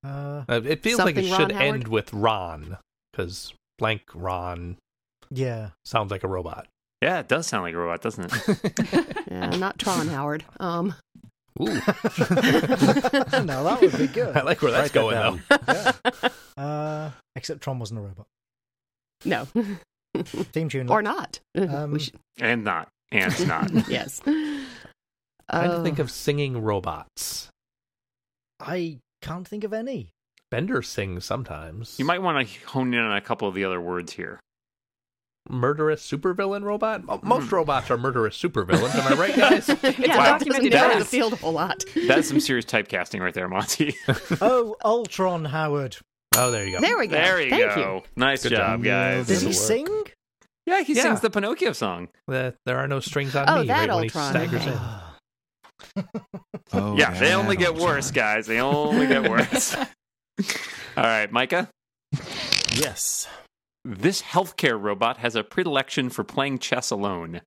Speaker 8: Uh.
Speaker 7: Uh, it feels like it
Speaker 6: Something
Speaker 7: should
Speaker 6: Ron Howard?
Speaker 7: end with Ron because blank Ron
Speaker 8: Yeah.
Speaker 7: sounds like a robot.
Speaker 2: Yeah, it does sound like a robot, doesn't it?
Speaker 6: yeah, not Tron Howard. Um,
Speaker 7: Ooh,
Speaker 8: now that would be
Speaker 7: I
Speaker 8: good.
Speaker 7: like where that's
Speaker 4: Write that
Speaker 7: going though.
Speaker 4: down.
Speaker 8: Uh, except Tron wasn't a robot.
Speaker 6: no,
Speaker 8: Theme tune.
Speaker 6: or not.
Speaker 8: Um,
Speaker 6: we should,
Speaker 2: And not. And not.
Speaker 6: yes.
Speaker 7: Trying to
Speaker 6: Oh,
Speaker 7: think of singing robots.
Speaker 8: I can't think of any.
Speaker 7: Bender sings sometimes.
Speaker 2: You might want to hone in on a couple of the other words here.
Speaker 7: murderous supervillain robot.
Speaker 2: Mm-hmm.
Speaker 7: Mo- Most robots are murderous supervillains. Am I right, guys?
Speaker 6: it's
Speaker 2: Wow.
Speaker 6: a documented
Speaker 2: That
Speaker 6: down the
Speaker 2: is-
Speaker 6: field a whole lot.
Speaker 2: That's some serious typecasting right there, Monty.
Speaker 8: Oh, Ultron Howard.
Speaker 7: Oh, there you go.
Speaker 6: There we go.
Speaker 2: there you
Speaker 6: Thank
Speaker 2: go. Nice
Speaker 7: Good
Speaker 2: job,
Speaker 7: job.
Speaker 2: guys.
Speaker 8: Does he
Speaker 7: That'll work.
Speaker 8: sing?
Speaker 2: Yeah, he
Speaker 7: Yeah.
Speaker 2: sings the Pinocchio song.
Speaker 7: That Uh, there are no strings on
Speaker 6: Oh,
Speaker 7: me. right
Speaker 6: that
Speaker 7: when he
Speaker 6: Ultron,
Speaker 7: staggers
Speaker 6: okay.
Speaker 7: in.
Speaker 1: Oh,
Speaker 9: Oh,
Speaker 2: yeah, they
Speaker 1: that
Speaker 2: only get
Speaker 1: old
Speaker 2: worse,
Speaker 1: John.
Speaker 2: guys. They only get worse. All right, Micah.
Speaker 4: yes.
Speaker 2: This healthcare robot has a predilection for playing chess alone.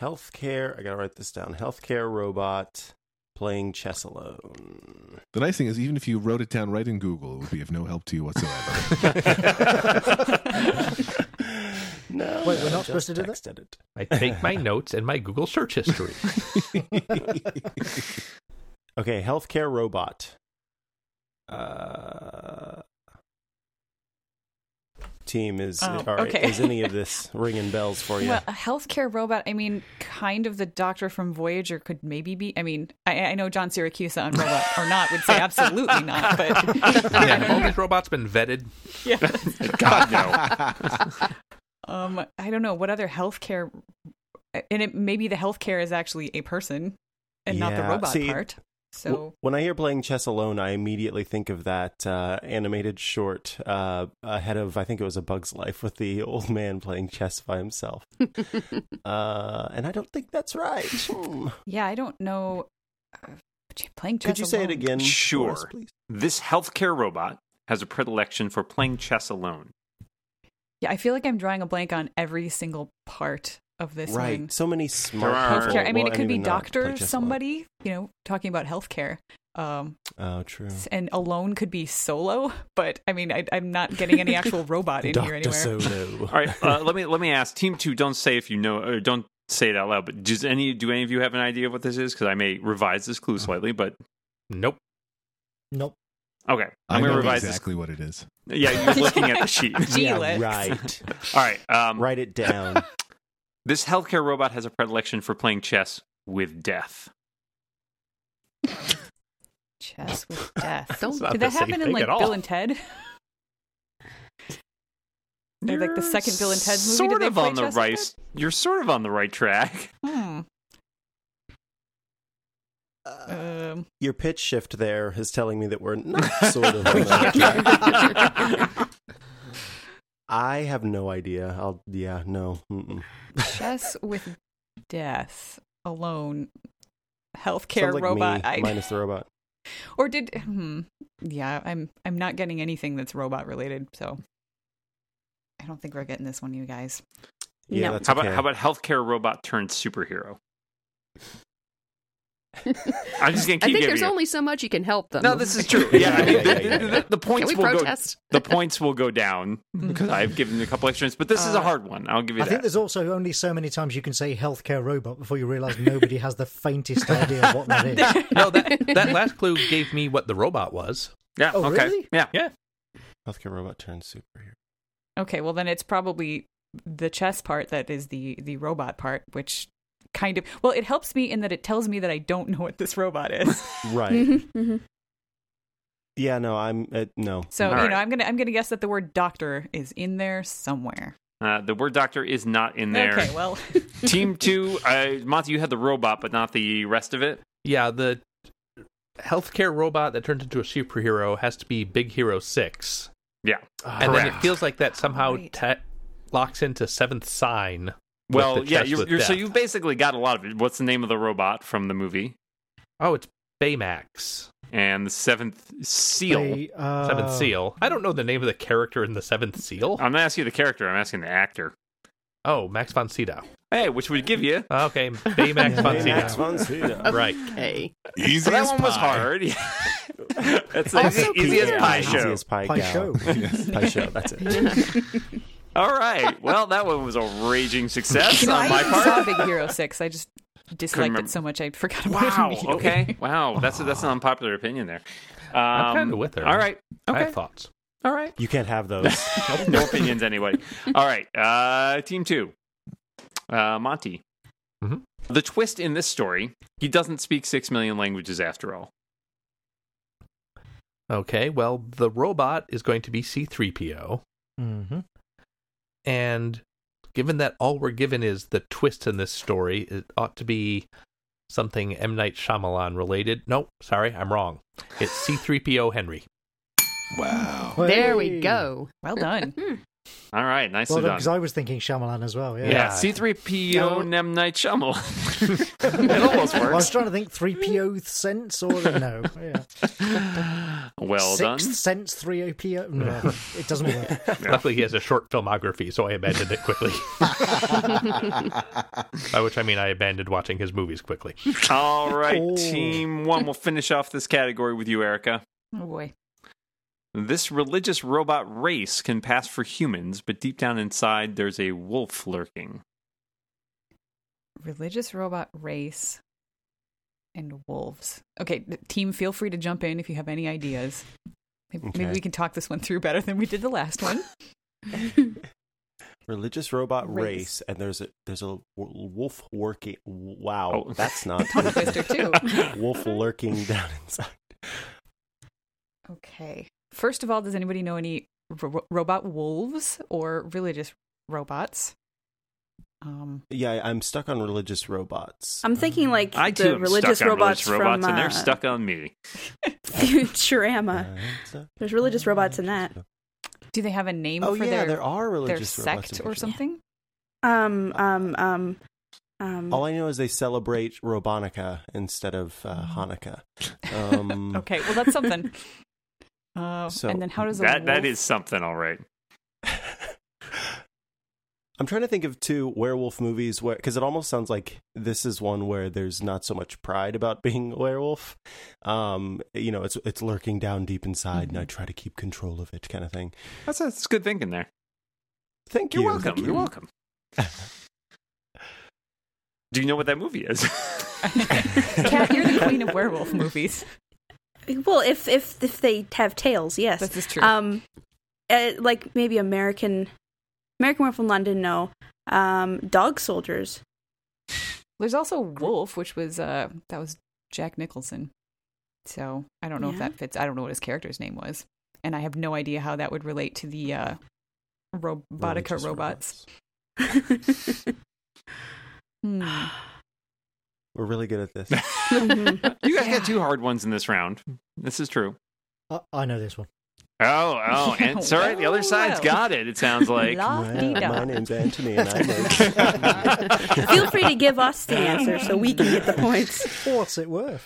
Speaker 4: Healthcare. I gotta write this down. Healthcare robot playing chess alone.
Speaker 1: The nice thing is, even if you wrote it down right in Google, it would be of no help to you whatsoever.
Speaker 4: No.
Speaker 8: Wait, we're
Speaker 4: no,
Speaker 8: not supposed
Speaker 4: just
Speaker 8: to do that?
Speaker 4: text edit.
Speaker 7: I take my notes and my Google search history.
Speaker 4: Okay, healthcare robot. Uh, team is
Speaker 5: Oh,
Speaker 4: all right,
Speaker 5: okay.
Speaker 4: is any of this ringing bells for you?
Speaker 5: Well, a healthcare robot. I mean, kind of the doctor from Voyager could maybe be. I mean, I, I know John Syracuse on robot or not would say absolutely not, but
Speaker 7: yeah, have all these robots been vetted.
Speaker 5: yeah.
Speaker 2: God no.
Speaker 5: Um, I don't know what other healthcare, and it maybe the healthcare is actually a person and not the
Speaker 4: Yeah,
Speaker 5: robot
Speaker 4: see-
Speaker 5: part. So
Speaker 4: W- when I hear playing chess alone, I immediately think of that uh, animated short uh, ahead of I think it was A Bug's Life with the old man playing chess by himself. uh, and I don't think that's right. Hmm.
Speaker 5: yeah, I don't know. uh, Gee, Playing chess
Speaker 4: Could you say it
Speaker 5: alone.
Speaker 4: again? for us,
Speaker 2: Sure.
Speaker 4: please?
Speaker 2: This healthcare robot has a predilection for playing chess alone.
Speaker 5: Yeah, I feel like I'm drawing a blank on every single part of this.
Speaker 4: right.
Speaker 5: one.
Speaker 4: So many smart
Speaker 2: are-
Speaker 4: people.
Speaker 5: Healthcare. I mean,
Speaker 4: Well,
Speaker 5: it could be
Speaker 4: even not play
Speaker 5: doctor,
Speaker 4: chess
Speaker 5: somebody, you know, talking about healthcare.
Speaker 4: alone.
Speaker 5: Um,
Speaker 4: Oh, true.
Speaker 5: s- and alone could be solo, but I mean, I, I'm not getting any actual robot in here anywhere.
Speaker 4: Solo.
Speaker 2: All right, uh, let me let me ask Team Two. Don't say if you know, or don't say it out loud. But does any do any of you have an idea of what this is? Because I may revise this clue slightly. But
Speaker 7: Nope.
Speaker 8: Nope.
Speaker 2: okay,
Speaker 9: I
Speaker 2: I'm
Speaker 9: know
Speaker 2: gonna revise
Speaker 9: exactly what it is.
Speaker 2: this. Yeah, you're looking at the sheet.
Speaker 5: Felix.
Speaker 4: yeah, right.
Speaker 2: All right, um,
Speaker 4: Write it down.
Speaker 2: This healthcare robot has a predilection for playing chess with death.
Speaker 5: Chess with death.
Speaker 6: Don't- It's
Speaker 7: not
Speaker 5: Did
Speaker 7: the
Speaker 5: that
Speaker 7: same
Speaker 5: happen in
Speaker 7: thing
Speaker 5: like
Speaker 7: at all.
Speaker 5: Bill and Ted? Or, like, the second Bill and Ted movie, did
Speaker 2: Sort
Speaker 5: they
Speaker 2: of
Speaker 5: play
Speaker 2: on the
Speaker 5: chess with
Speaker 2: right. You're sort of on the right track.
Speaker 5: Hmm.
Speaker 4: Uh,
Speaker 5: Um,
Speaker 4: your pitch shift there is telling me that we're not sort of. on that track. I have no idea. I'll. Yeah. No. Mm-mm.
Speaker 5: chess with death alone. Healthcare
Speaker 4: Sounds like
Speaker 5: robot.
Speaker 4: me,
Speaker 5: I,
Speaker 4: minus the robot.
Speaker 5: or did? Hmm, yeah, I'm. I'm not getting anything that's robot related. So I don't think we're getting this one, you guys.
Speaker 4: Yeah.
Speaker 3: No.
Speaker 4: That's
Speaker 2: How about
Speaker 4: okay.
Speaker 2: how about healthcare robot turned superhero? I'm just gonna
Speaker 6: I
Speaker 2: keep
Speaker 6: think
Speaker 2: giving
Speaker 6: there's
Speaker 2: you.
Speaker 6: only so much you can help them.
Speaker 2: no, this is true. Yeah, I mean,
Speaker 4: Yeah,
Speaker 2: the,
Speaker 4: yeah,
Speaker 2: the-
Speaker 4: yeah.
Speaker 2: the points
Speaker 6: Can we
Speaker 2: will
Speaker 6: protest?
Speaker 2: go. The points will go down because I've given a couple extra hints, but this is a
Speaker 5: Uh,
Speaker 2: hard one. I'll give you
Speaker 8: I think
Speaker 2: that.
Speaker 8: there's also only so many times you can say healthcare robot before you realize nobody has the faintest idea what that is.
Speaker 7: No, that, that last clue gave me what the robot was.
Speaker 2: Yeah.
Speaker 8: Oh,
Speaker 2: okay.
Speaker 8: really?
Speaker 2: Yeah.
Speaker 7: Yeah.
Speaker 4: Healthcare robot turned superhero.
Speaker 5: Okay, well then it's probably the chess part that is the the robot part, which kind of well it helps me in that it tells me that I don't know what this robot is.
Speaker 4: Right.
Speaker 3: Mhm, mhm.
Speaker 4: yeah. No. I'm. Uh, no.
Speaker 5: So
Speaker 2: All
Speaker 5: you
Speaker 2: right.
Speaker 5: know I'm gonna I'm gonna guess that the word doctor is in there somewhere.
Speaker 2: Uh, the word doctor is not in there.
Speaker 5: Okay, well
Speaker 2: Team two, uh, Monty, you had the robot, but not the rest of it.
Speaker 7: Yeah, the healthcare robot that turns into a superhero has to be Big Hero 6.
Speaker 2: Yeah.
Speaker 7: And then it
Speaker 2: Correct.
Speaker 7: feels like that somehow
Speaker 5: Right.
Speaker 7: ta locks into Seventh Sign. with
Speaker 2: Well,
Speaker 7: the
Speaker 2: yeah.
Speaker 7: chess
Speaker 2: You're,
Speaker 7: with
Speaker 2: you're, so
Speaker 7: death.
Speaker 2: you basically got a lot of it. What's the name of the robot from the movie?
Speaker 7: Oh, it's Baymax.
Speaker 2: And the seventh seal.
Speaker 8: They, uh,
Speaker 7: Seventh Seal. I don't know the name of the character in the Seventh Seal.
Speaker 2: Oh. I'm not asking the character. I'm asking the actor.
Speaker 7: oh, Max von Sydow.
Speaker 2: Hey, which would give you.
Speaker 7: Okay, Baymax von
Speaker 4: Baymax
Speaker 7: Sydow.
Speaker 4: von Sydow.
Speaker 7: Right.
Speaker 6: okay.
Speaker 9: Easy
Speaker 2: So that
Speaker 9: as
Speaker 2: one was
Speaker 9: pie.
Speaker 2: hard. That's the
Speaker 6: Also
Speaker 2: easy, easy as
Speaker 6: cool.
Speaker 2: pie
Speaker 4: Easy
Speaker 2: show.
Speaker 4: as pie,
Speaker 8: Pie
Speaker 4: gal.
Speaker 8: show.
Speaker 4: pie show. That's it.
Speaker 2: All right. Well, that one was a raging success
Speaker 5: you know,
Speaker 2: on
Speaker 5: I
Speaker 2: my
Speaker 5: even saw
Speaker 2: part.
Speaker 5: Big Hero Six. I just disliked
Speaker 2: remember.
Speaker 5: it so much I forgot about it.
Speaker 2: Wow.
Speaker 5: immediately.
Speaker 2: Okay. Wow. That's that's an unpopular opinion there. Um,
Speaker 7: I'm kind of with her.
Speaker 2: All right.
Speaker 7: I
Speaker 2: Okay.
Speaker 7: have thoughts.
Speaker 2: All right.
Speaker 4: You can't have those.
Speaker 2: no opinions anyway. All right, uh, team two, uh, Monty.
Speaker 7: Mhm.
Speaker 2: The twist in this story: he doesn't speak six million languages after all.
Speaker 7: Okay, well, the robot is going to be C3PO.
Speaker 8: hmm
Speaker 7: And given that all we're given is the twist in this story, it ought to be something M. Night Shyamalan related. No, sorry, I'm wrong. It's C3PO Henry.
Speaker 9: Wow.
Speaker 6: There we go.
Speaker 5: Well done.
Speaker 2: All right,
Speaker 8: Well
Speaker 2: nicely
Speaker 8: done,
Speaker 2: done.
Speaker 8: because I was thinking Shyamalan as well. Yeah.
Speaker 2: yeah, C three PO
Speaker 8: No.
Speaker 2: Nem Night Shyamalan. it almost
Speaker 8: Well, I was
Speaker 2: works.
Speaker 8: trying to think three PO sense or no. Yeah.
Speaker 2: Well
Speaker 8: Sixth
Speaker 2: done.
Speaker 8: sense three OPO. No, it doesn't work.
Speaker 7: Luckily, he has a short filmography, so I abandoned it quickly. By which I mean I abandoned watching his movies quickly.
Speaker 2: All right,
Speaker 8: Oh.
Speaker 2: team one. We'll finish off this category with you, Erica.
Speaker 5: Oh boy.
Speaker 2: This religious robot race can pass for humans, but deep down inside, there's a wolf lurking.
Speaker 5: religious robot race and wolves. Okay, th- team, feel free to jump in if you have any ideas. Maybe, maybe
Speaker 4: Okay.
Speaker 5: we can talk this one through better than we did the last one.
Speaker 4: Religious robot race.
Speaker 5: Race.
Speaker 4: and there's a there's a w- wolf working. Wow,
Speaker 2: Oh.
Speaker 4: that's not
Speaker 5: Tongue twister too.
Speaker 4: wolf lurking down inside.
Speaker 5: Okay. First of all, does anybody know any ro- robot wolves or religious robots? Um,
Speaker 4: Yeah, I'm stuck on religious robots.
Speaker 3: I'm thinking like
Speaker 2: I too
Speaker 3: the
Speaker 2: am
Speaker 3: religious
Speaker 2: stuck on
Speaker 3: robots,
Speaker 2: religious robots, and
Speaker 3: from uh,
Speaker 2: they're stuck on me.
Speaker 4: Uh,
Speaker 3: Futurama.
Speaker 4: stuck
Speaker 3: There's uh, religious robots in that.
Speaker 5: do they have a name
Speaker 4: Oh
Speaker 5: for
Speaker 4: yeah,
Speaker 5: their
Speaker 4: there are
Speaker 5: their
Speaker 4: religious robots
Speaker 5: sect
Speaker 4: in
Speaker 5: or
Speaker 4: Futurama.
Speaker 5: something?
Speaker 3: Um, um, um, Um,
Speaker 4: All I know is they celebrate Robonica instead of uh, Hanukkah.
Speaker 2: Mm.
Speaker 4: Um,
Speaker 5: Mm. Okay, well that's something. Uh,
Speaker 4: So,
Speaker 5: and then how does a
Speaker 2: That that
Speaker 5: wolf-
Speaker 2: is something, all right.
Speaker 4: I'm trying to think of two werewolf movies where because it almost sounds like this is one where there's not so much pride about being a werewolf. Um, you know, it's it's lurking down deep inside,
Speaker 5: Mm-hmm.
Speaker 4: and I try to keep control of it, kind of thing.
Speaker 2: That's that's good thinking there.
Speaker 4: Thank
Speaker 2: You're
Speaker 4: you.
Speaker 2: welcome.
Speaker 4: Thank
Speaker 2: You're welcome. Do you know what that movie is?
Speaker 5: Kat, you're the queen of werewolf movies.
Speaker 3: well, if if if they have tails, yes.
Speaker 5: This is true.
Speaker 3: Um, uh, like maybe American, American Werewolf in London. No, um, Dog Soldiers.
Speaker 5: There's also Wolf, which was uh that was Jack Nicholson. So I don't know if
Speaker 3: Yeah.
Speaker 5: that fits. I don't know what his character's name was, and I have no idea how that would relate to the uh, robotica
Speaker 4: Religious
Speaker 5: robots. Hmm.
Speaker 4: We're really good at this.
Speaker 2: you guys got two hard ones in this round. This is true.
Speaker 8: I, I know this one.
Speaker 2: Oh, oh, and it's all right. The other
Speaker 5: Well,
Speaker 2: side's
Speaker 5: well.
Speaker 2: got it. It sounds like.
Speaker 5: Ah,
Speaker 4: Yeah, my name's Anthony, and I
Speaker 6: make-
Speaker 3: Feel free to give us the answer so we can get the points.
Speaker 8: What's it worth?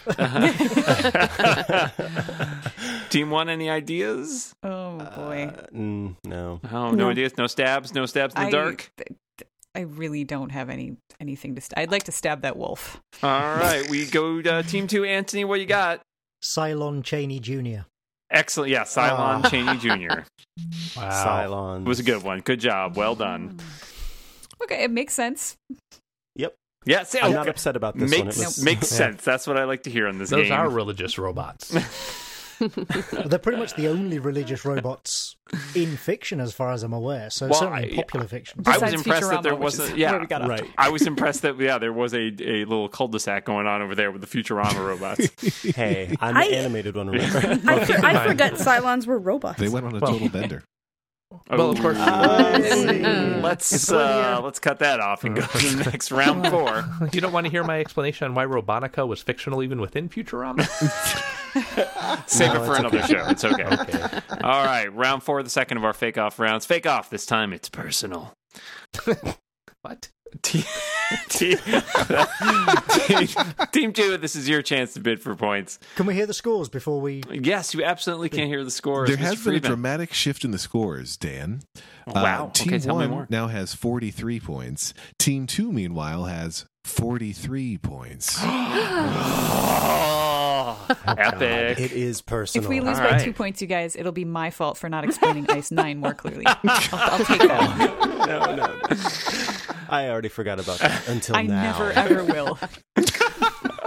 Speaker 2: Team one, any ideas?
Speaker 5: Oh boy,
Speaker 4: Uh, mm, no.
Speaker 2: Oh, no,
Speaker 3: No.
Speaker 2: ideas. No stabs. No stabs in the
Speaker 5: I-
Speaker 2: dark.
Speaker 5: th- th- I really don't have any anything to. St- I'd like to stab that wolf.
Speaker 2: All right, we go to team two. Anthony, what you got?
Speaker 8: Cylon Cheney Jr.
Speaker 2: Excellent. Yeah, Cylon Cheney Jr.
Speaker 4: Cylons
Speaker 2: was a good one. Good job. Well done.
Speaker 5: Okay, it makes sense.
Speaker 2: Yeah, see,
Speaker 4: I'm
Speaker 2: oh,
Speaker 4: not upset about this one. It
Speaker 2: makes
Speaker 4: was,
Speaker 2: makes sense. That's what I like to hear on this
Speaker 7: Those
Speaker 2: game.
Speaker 7: are religious robots.
Speaker 8: They're pretty much the only religious robots in fiction, as far as I'm aware. So
Speaker 2: Well,
Speaker 8: certainly in
Speaker 2: I-
Speaker 8: popular fiction.
Speaker 2: I was
Speaker 5: Besides
Speaker 2: impressed that
Speaker 5: Futurama,
Speaker 2: there
Speaker 5: which
Speaker 2: wasn't-
Speaker 5: is
Speaker 2: yeah,
Speaker 5: where we got off
Speaker 4: right.
Speaker 2: I was impressed that yeah, there was a, a little cul-de-sac going on over there with the Futurama robots.
Speaker 4: Hey, I'm
Speaker 3: I-
Speaker 4: the animated one. Remember?
Speaker 3: I, for- I
Speaker 7: mind-
Speaker 3: forgot Cylons were robots.
Speaker 9: They went on a
Speaker 7: Well-
Speaker 9: total bender.
Speaker 5: Oh,
Speaker 7: Well, of course-
Speaker 2: Oh. let's
Speaker 6: It's going, yeah.
Speaker 2: uh, let's cut that off and go to the next round four.
Speaker 7: you don't want to hear my explanation on why Robonica was fictional even within Futurama?
Speaker 2: Save
Speaker 4: No,
Speaker 2: it for
Speaker 4: it's
Speaker 2: another
Speaker 4: okay.
Speaker 2: show. It's okay. All right, round four, the second of our fake off rounds. Fake off. This time it's personal.
Speaker 7: what?
Speaker 2: Te- te- Team two, this is your chance to bid for points.
Speaker 8: Can we hear the scores before we?
Speaker 2: Yes, you absolutely can't hear the score.
Speaker 9: There
Speaker 2: Mr.
Speaker 9: has been a
Speaker 2: Friedman.
Speaker 9: dramatic shift in the scores, Dan. Uh,
Speaker 2: Wow.
Speaker 9: team
Speaker 2: okay, tell me
Speaker 9: one
Speaker 2: more.
Speaker 9: now has 43 points. Team two, meanwhile, has 43 points.
Speaker 2: Oh, epic.
Speaker 4: it is personal.
Speaker 5: If we lose
Speaker 2: All
Speaker 5: by
Speaker 2: right.
Speaker 5: two points, you guys, it'll be my fault for not explaining Ice Nine more clearly. I'll, I'll take that.
Speaker 4: no, no, no. I already forgot about that until
Speaker 5: I
Speaker 4: now.
Speaker 5: never ever will.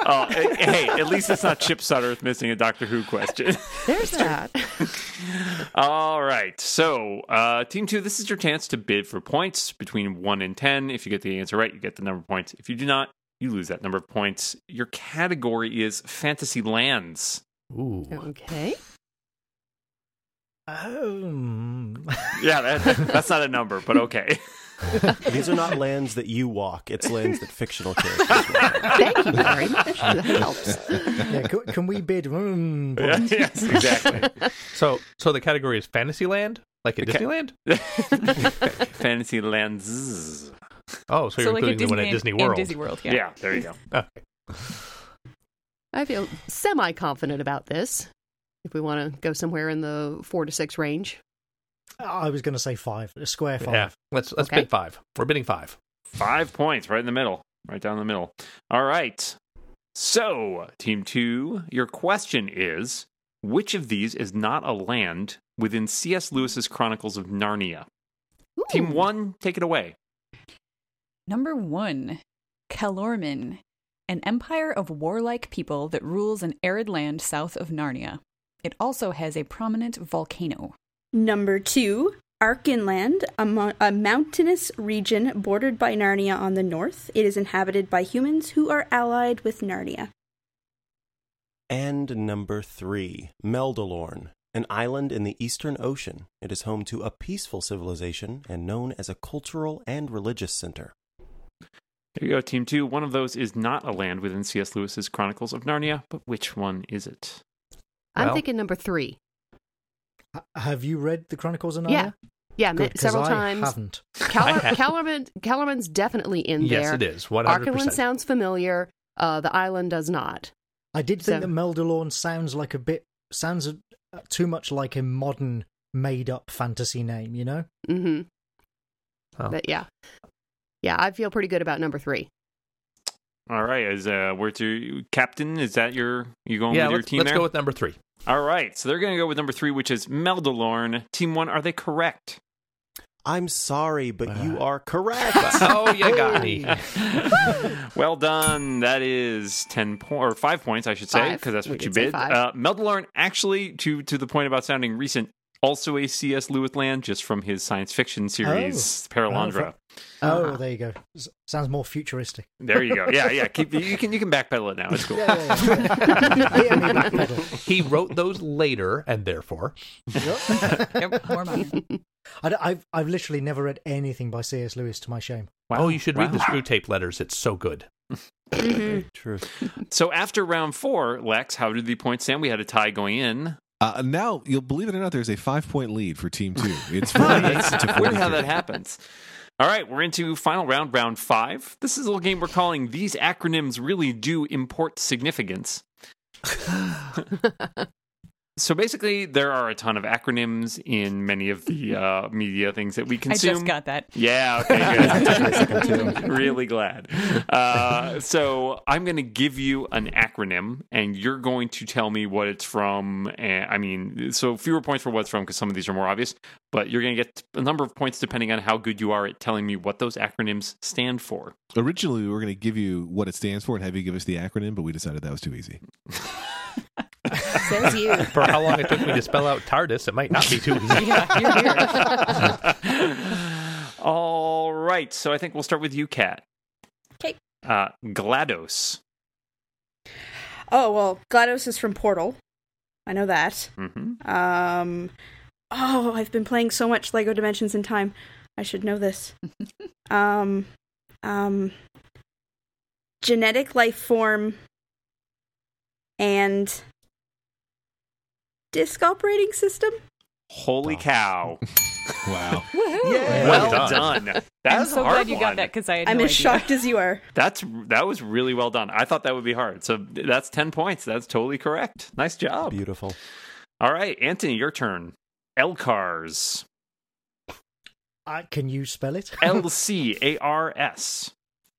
Speaker 2: Oh, eh, hey, at least it's not Chip Sutterth missing a Doctor Who question.
Speaker 6: There's that.
Speaker 2: All right. So, uh, Team Two, this is your chance to bid for points between one and 10. If you get the answer right, you get the number of points. If you do not, you lose that number of points. Your category is fantasy lands.
Speaker 7: Ooh.
Speaker 6: Okay.
Speaker 8: Um,
Speaker 2: Yeah, that, that's not a number, but okay.
Speaker 4: These are not lands that you walk. It's lands that fictional characters walk.
Speaker 6: Thank you very much. That helps.
Speaker 8: yeah, can, can we bid? Mm,
Speaker 2: Yeah, yes, exactly.
Speaker 7: So, so the category is Fantasyland, like at
Speaker 2: Okay.
Speaker 7: Disneyland.
Speaker 2: fantasy lands.
Speaker 7: Oh,
Speaker 5: So,
Speaker 7: so, you're
Speaker 5: like
Speaker 7: including
Speaker 5: at
Speaker 7: the one at
Speaker 5: Disneyland
Speaker 7: Disney
Speaker 5: and
Speaker 7: World.
Speaker 5: Disney World,
Speaker 2: Yeah. there you go.
Speaker 6: I feel semi confident about this. If we want to go somewhere in the four to six range,
Speaker 8: I was going to say five, a square five.
Speaker 7: Yeah, let's let's
Speaker 6: Okay.
Speaker 7: bid five. We're bidding five.
Speaker 2: Five points right in the middle, right down the middle. All right. So, Team Two, your question is which of these is not a land within C.S. Lewis's Chronicles of Narnia?
Speaker 6: Ooh.
Speaker 2: Team One, take it away.
Speaker 5: Number one, Calorman, an empire of warlike people that rules an arid land south of Narnia. It also has a prominent volcano.
Speaker 3: Number two, Arkinland, a, mo- a mountainous region bordered by Narnia on the north. It is inhabited by humans who are allied with Narnia.
Speaker 4: And number three, Meldalorn, an island in the Eastern Ocean. It is home to a peaceful civilization and known as a cultural and religious center.
Speaker 2: There you go, Team Two. One of those is not a land within C.S. Lewis's Chronicles of Narnia, but which one is it?
Speaker 6: I'm
Speaker 7: Well.
Speaker 6: thinking number three.
Speaker 8: H- Have you read the Chronicles of Narnia?
Speaker 6: Yeah. Yeah, ma-
Speaker 8: Good, 'cause
Speaker 6: several
Speaker 8: I
Speaker 6: times.
Speaker 8: haven't.
Speaker 6: Keller,
Speaker 7: I have-
Speaker 6: Kellerman, Kellerman's definitely in
Speaker 7: yes,
Speaker 6: there.
Speaker 7: it is. One hundred
Speaker 6: Arkinland
Speaker 7: percent.
Speaker 6: sounds familiar. Uh, the island does not.
Speaker 8: I did think
Speaker 6: So-
Speaker 8: that Meldalorn sounds like a bit sounds uh, too much like a modern made up fantasy name, you know?
Speaker 6: hmm
Speaker 7: Oh.
Speaker 6: But yeah, yeah, I feel pretty good about number three.
Speaker 2: All right, is uh, where to captain? Is that your you going
Speaker 7: Yeah,
Speaker 2: with your
Speaker 7: let's,
Speaker 2: team
Speaker 7: let's
Speaker 2: there?
Speaker 7: go with number three.
Speaker 2: All right, so they're going to go with number three, which is Meldalorn. Team one, are they correct?
Speaker 4: I'm sorry, but you are correct.
Speaker 7: Oh, you got me.
Speaker 2: well done. That is ten po- or five points, I should say,
Speaker 6: Five.
Speaker 2: because that's
Speaker 6: We
Speaker 2: what
Speaker 6: did
Speaker 2: you
Speaker 6: say
Speaker 2: bid.
Speaker 6: five.
Speaker 2: Uh, Meldalorn actually, to to the point about sounding recent, also a C.S. Lewis land, just from his science fiction series Paralandra.
Speaker 8: Oh, Oh, there you go. S- sounds more futuristic.
Speaker 2: There you go. Yeah, yeah. Keep you can you can backpedal it now. It's cool.
Speaker 8: Yeah, yeah, yeah. yeah, me backpedal.
Speaker 7: He wrote those later, and therefore,
Speaker 5: Yep, warm up.
Speaker 8: I d- I've I've literally never read anything by C.S. Lewis to my shame.
Speaker 7: oh, you should read the screw tape letters. It's so good.
Speaker 4: True.
Speaker 2: So after round four, Lex, how did the points stand? We had a tie going in.
Speaker 9: Uh, now, you'll believe it or not, there's a five point lead for Team Two. It's 48 to
Speaker 2: Weird
Speaker 9: 43.
Speaker 2: how that happens. All right, we're into final round, round five. This is a little game we're calling These Acronyms Really Do Import Significance. so basically, there are a ton of acronyms in many of the uh, media things that we
Speaker 5: I
Speaker 2: consume.
Speaker 5: just got that.
Speaker 2: Yeah, okay, good. really glad. Uh, so I'm going to give you an acronym, and you're going to tell me what it's from. And, I mean, so fewer points for what it's from because some of these are more obvious, but you're going to get a number of points depending on how good you are at telling me what those acronyms stand for.
Speaker 9: Originally, we were going to give you what it stands for and have you give us the acronym, but we decided that was too easy.
Speaker 6: Says you.
Speaker 7: For how long it took me to spell out TARDIS, it might not be too easy.
Speaker 5: Yeah, you're here.
Speaker 2: All right, so I think we'll start with you, Kat.
Speaker 3: 'Kay.
Speaker 2: Uh, GLaDOS.
Speaker 3: Oh, well, GLaDOS is from Portal. I know that.
Speaker 2: hmm
Speaker 3: Um, oh, I've been playing so much Lego Dimensions in Time. I should know this. um, um, genetic life form and disk operating system.
Speaker 2: Holy
Speaker 9: Wow.
Speaker 2: cow.
Speaker 9: Wow.
Speaker 5: Woohoo!
Speaker 4: Yeah.
Speaker 2: Well
Speaker 7: Well
Speaker 2: done. That's
Speaker 5: I'm so glad you got
Speaker 2: one.
Speaker 5: that because I had
Speaker 3: I'm
Speaker 5: no
Speaker 3: as
Speaker 5: idea.
Speaker 3: shocked as you are.
Speaker 2: That's that was really well done. I thought that would be hard. So that's 10 points. That's totally correct. Nice job.
Speaker 4: Beautiful.
Speaker 2: All right, Anthony, your turn. Elcars.
Speaker 8: Uh, can you spell it?
Speaker 2: L C A R S.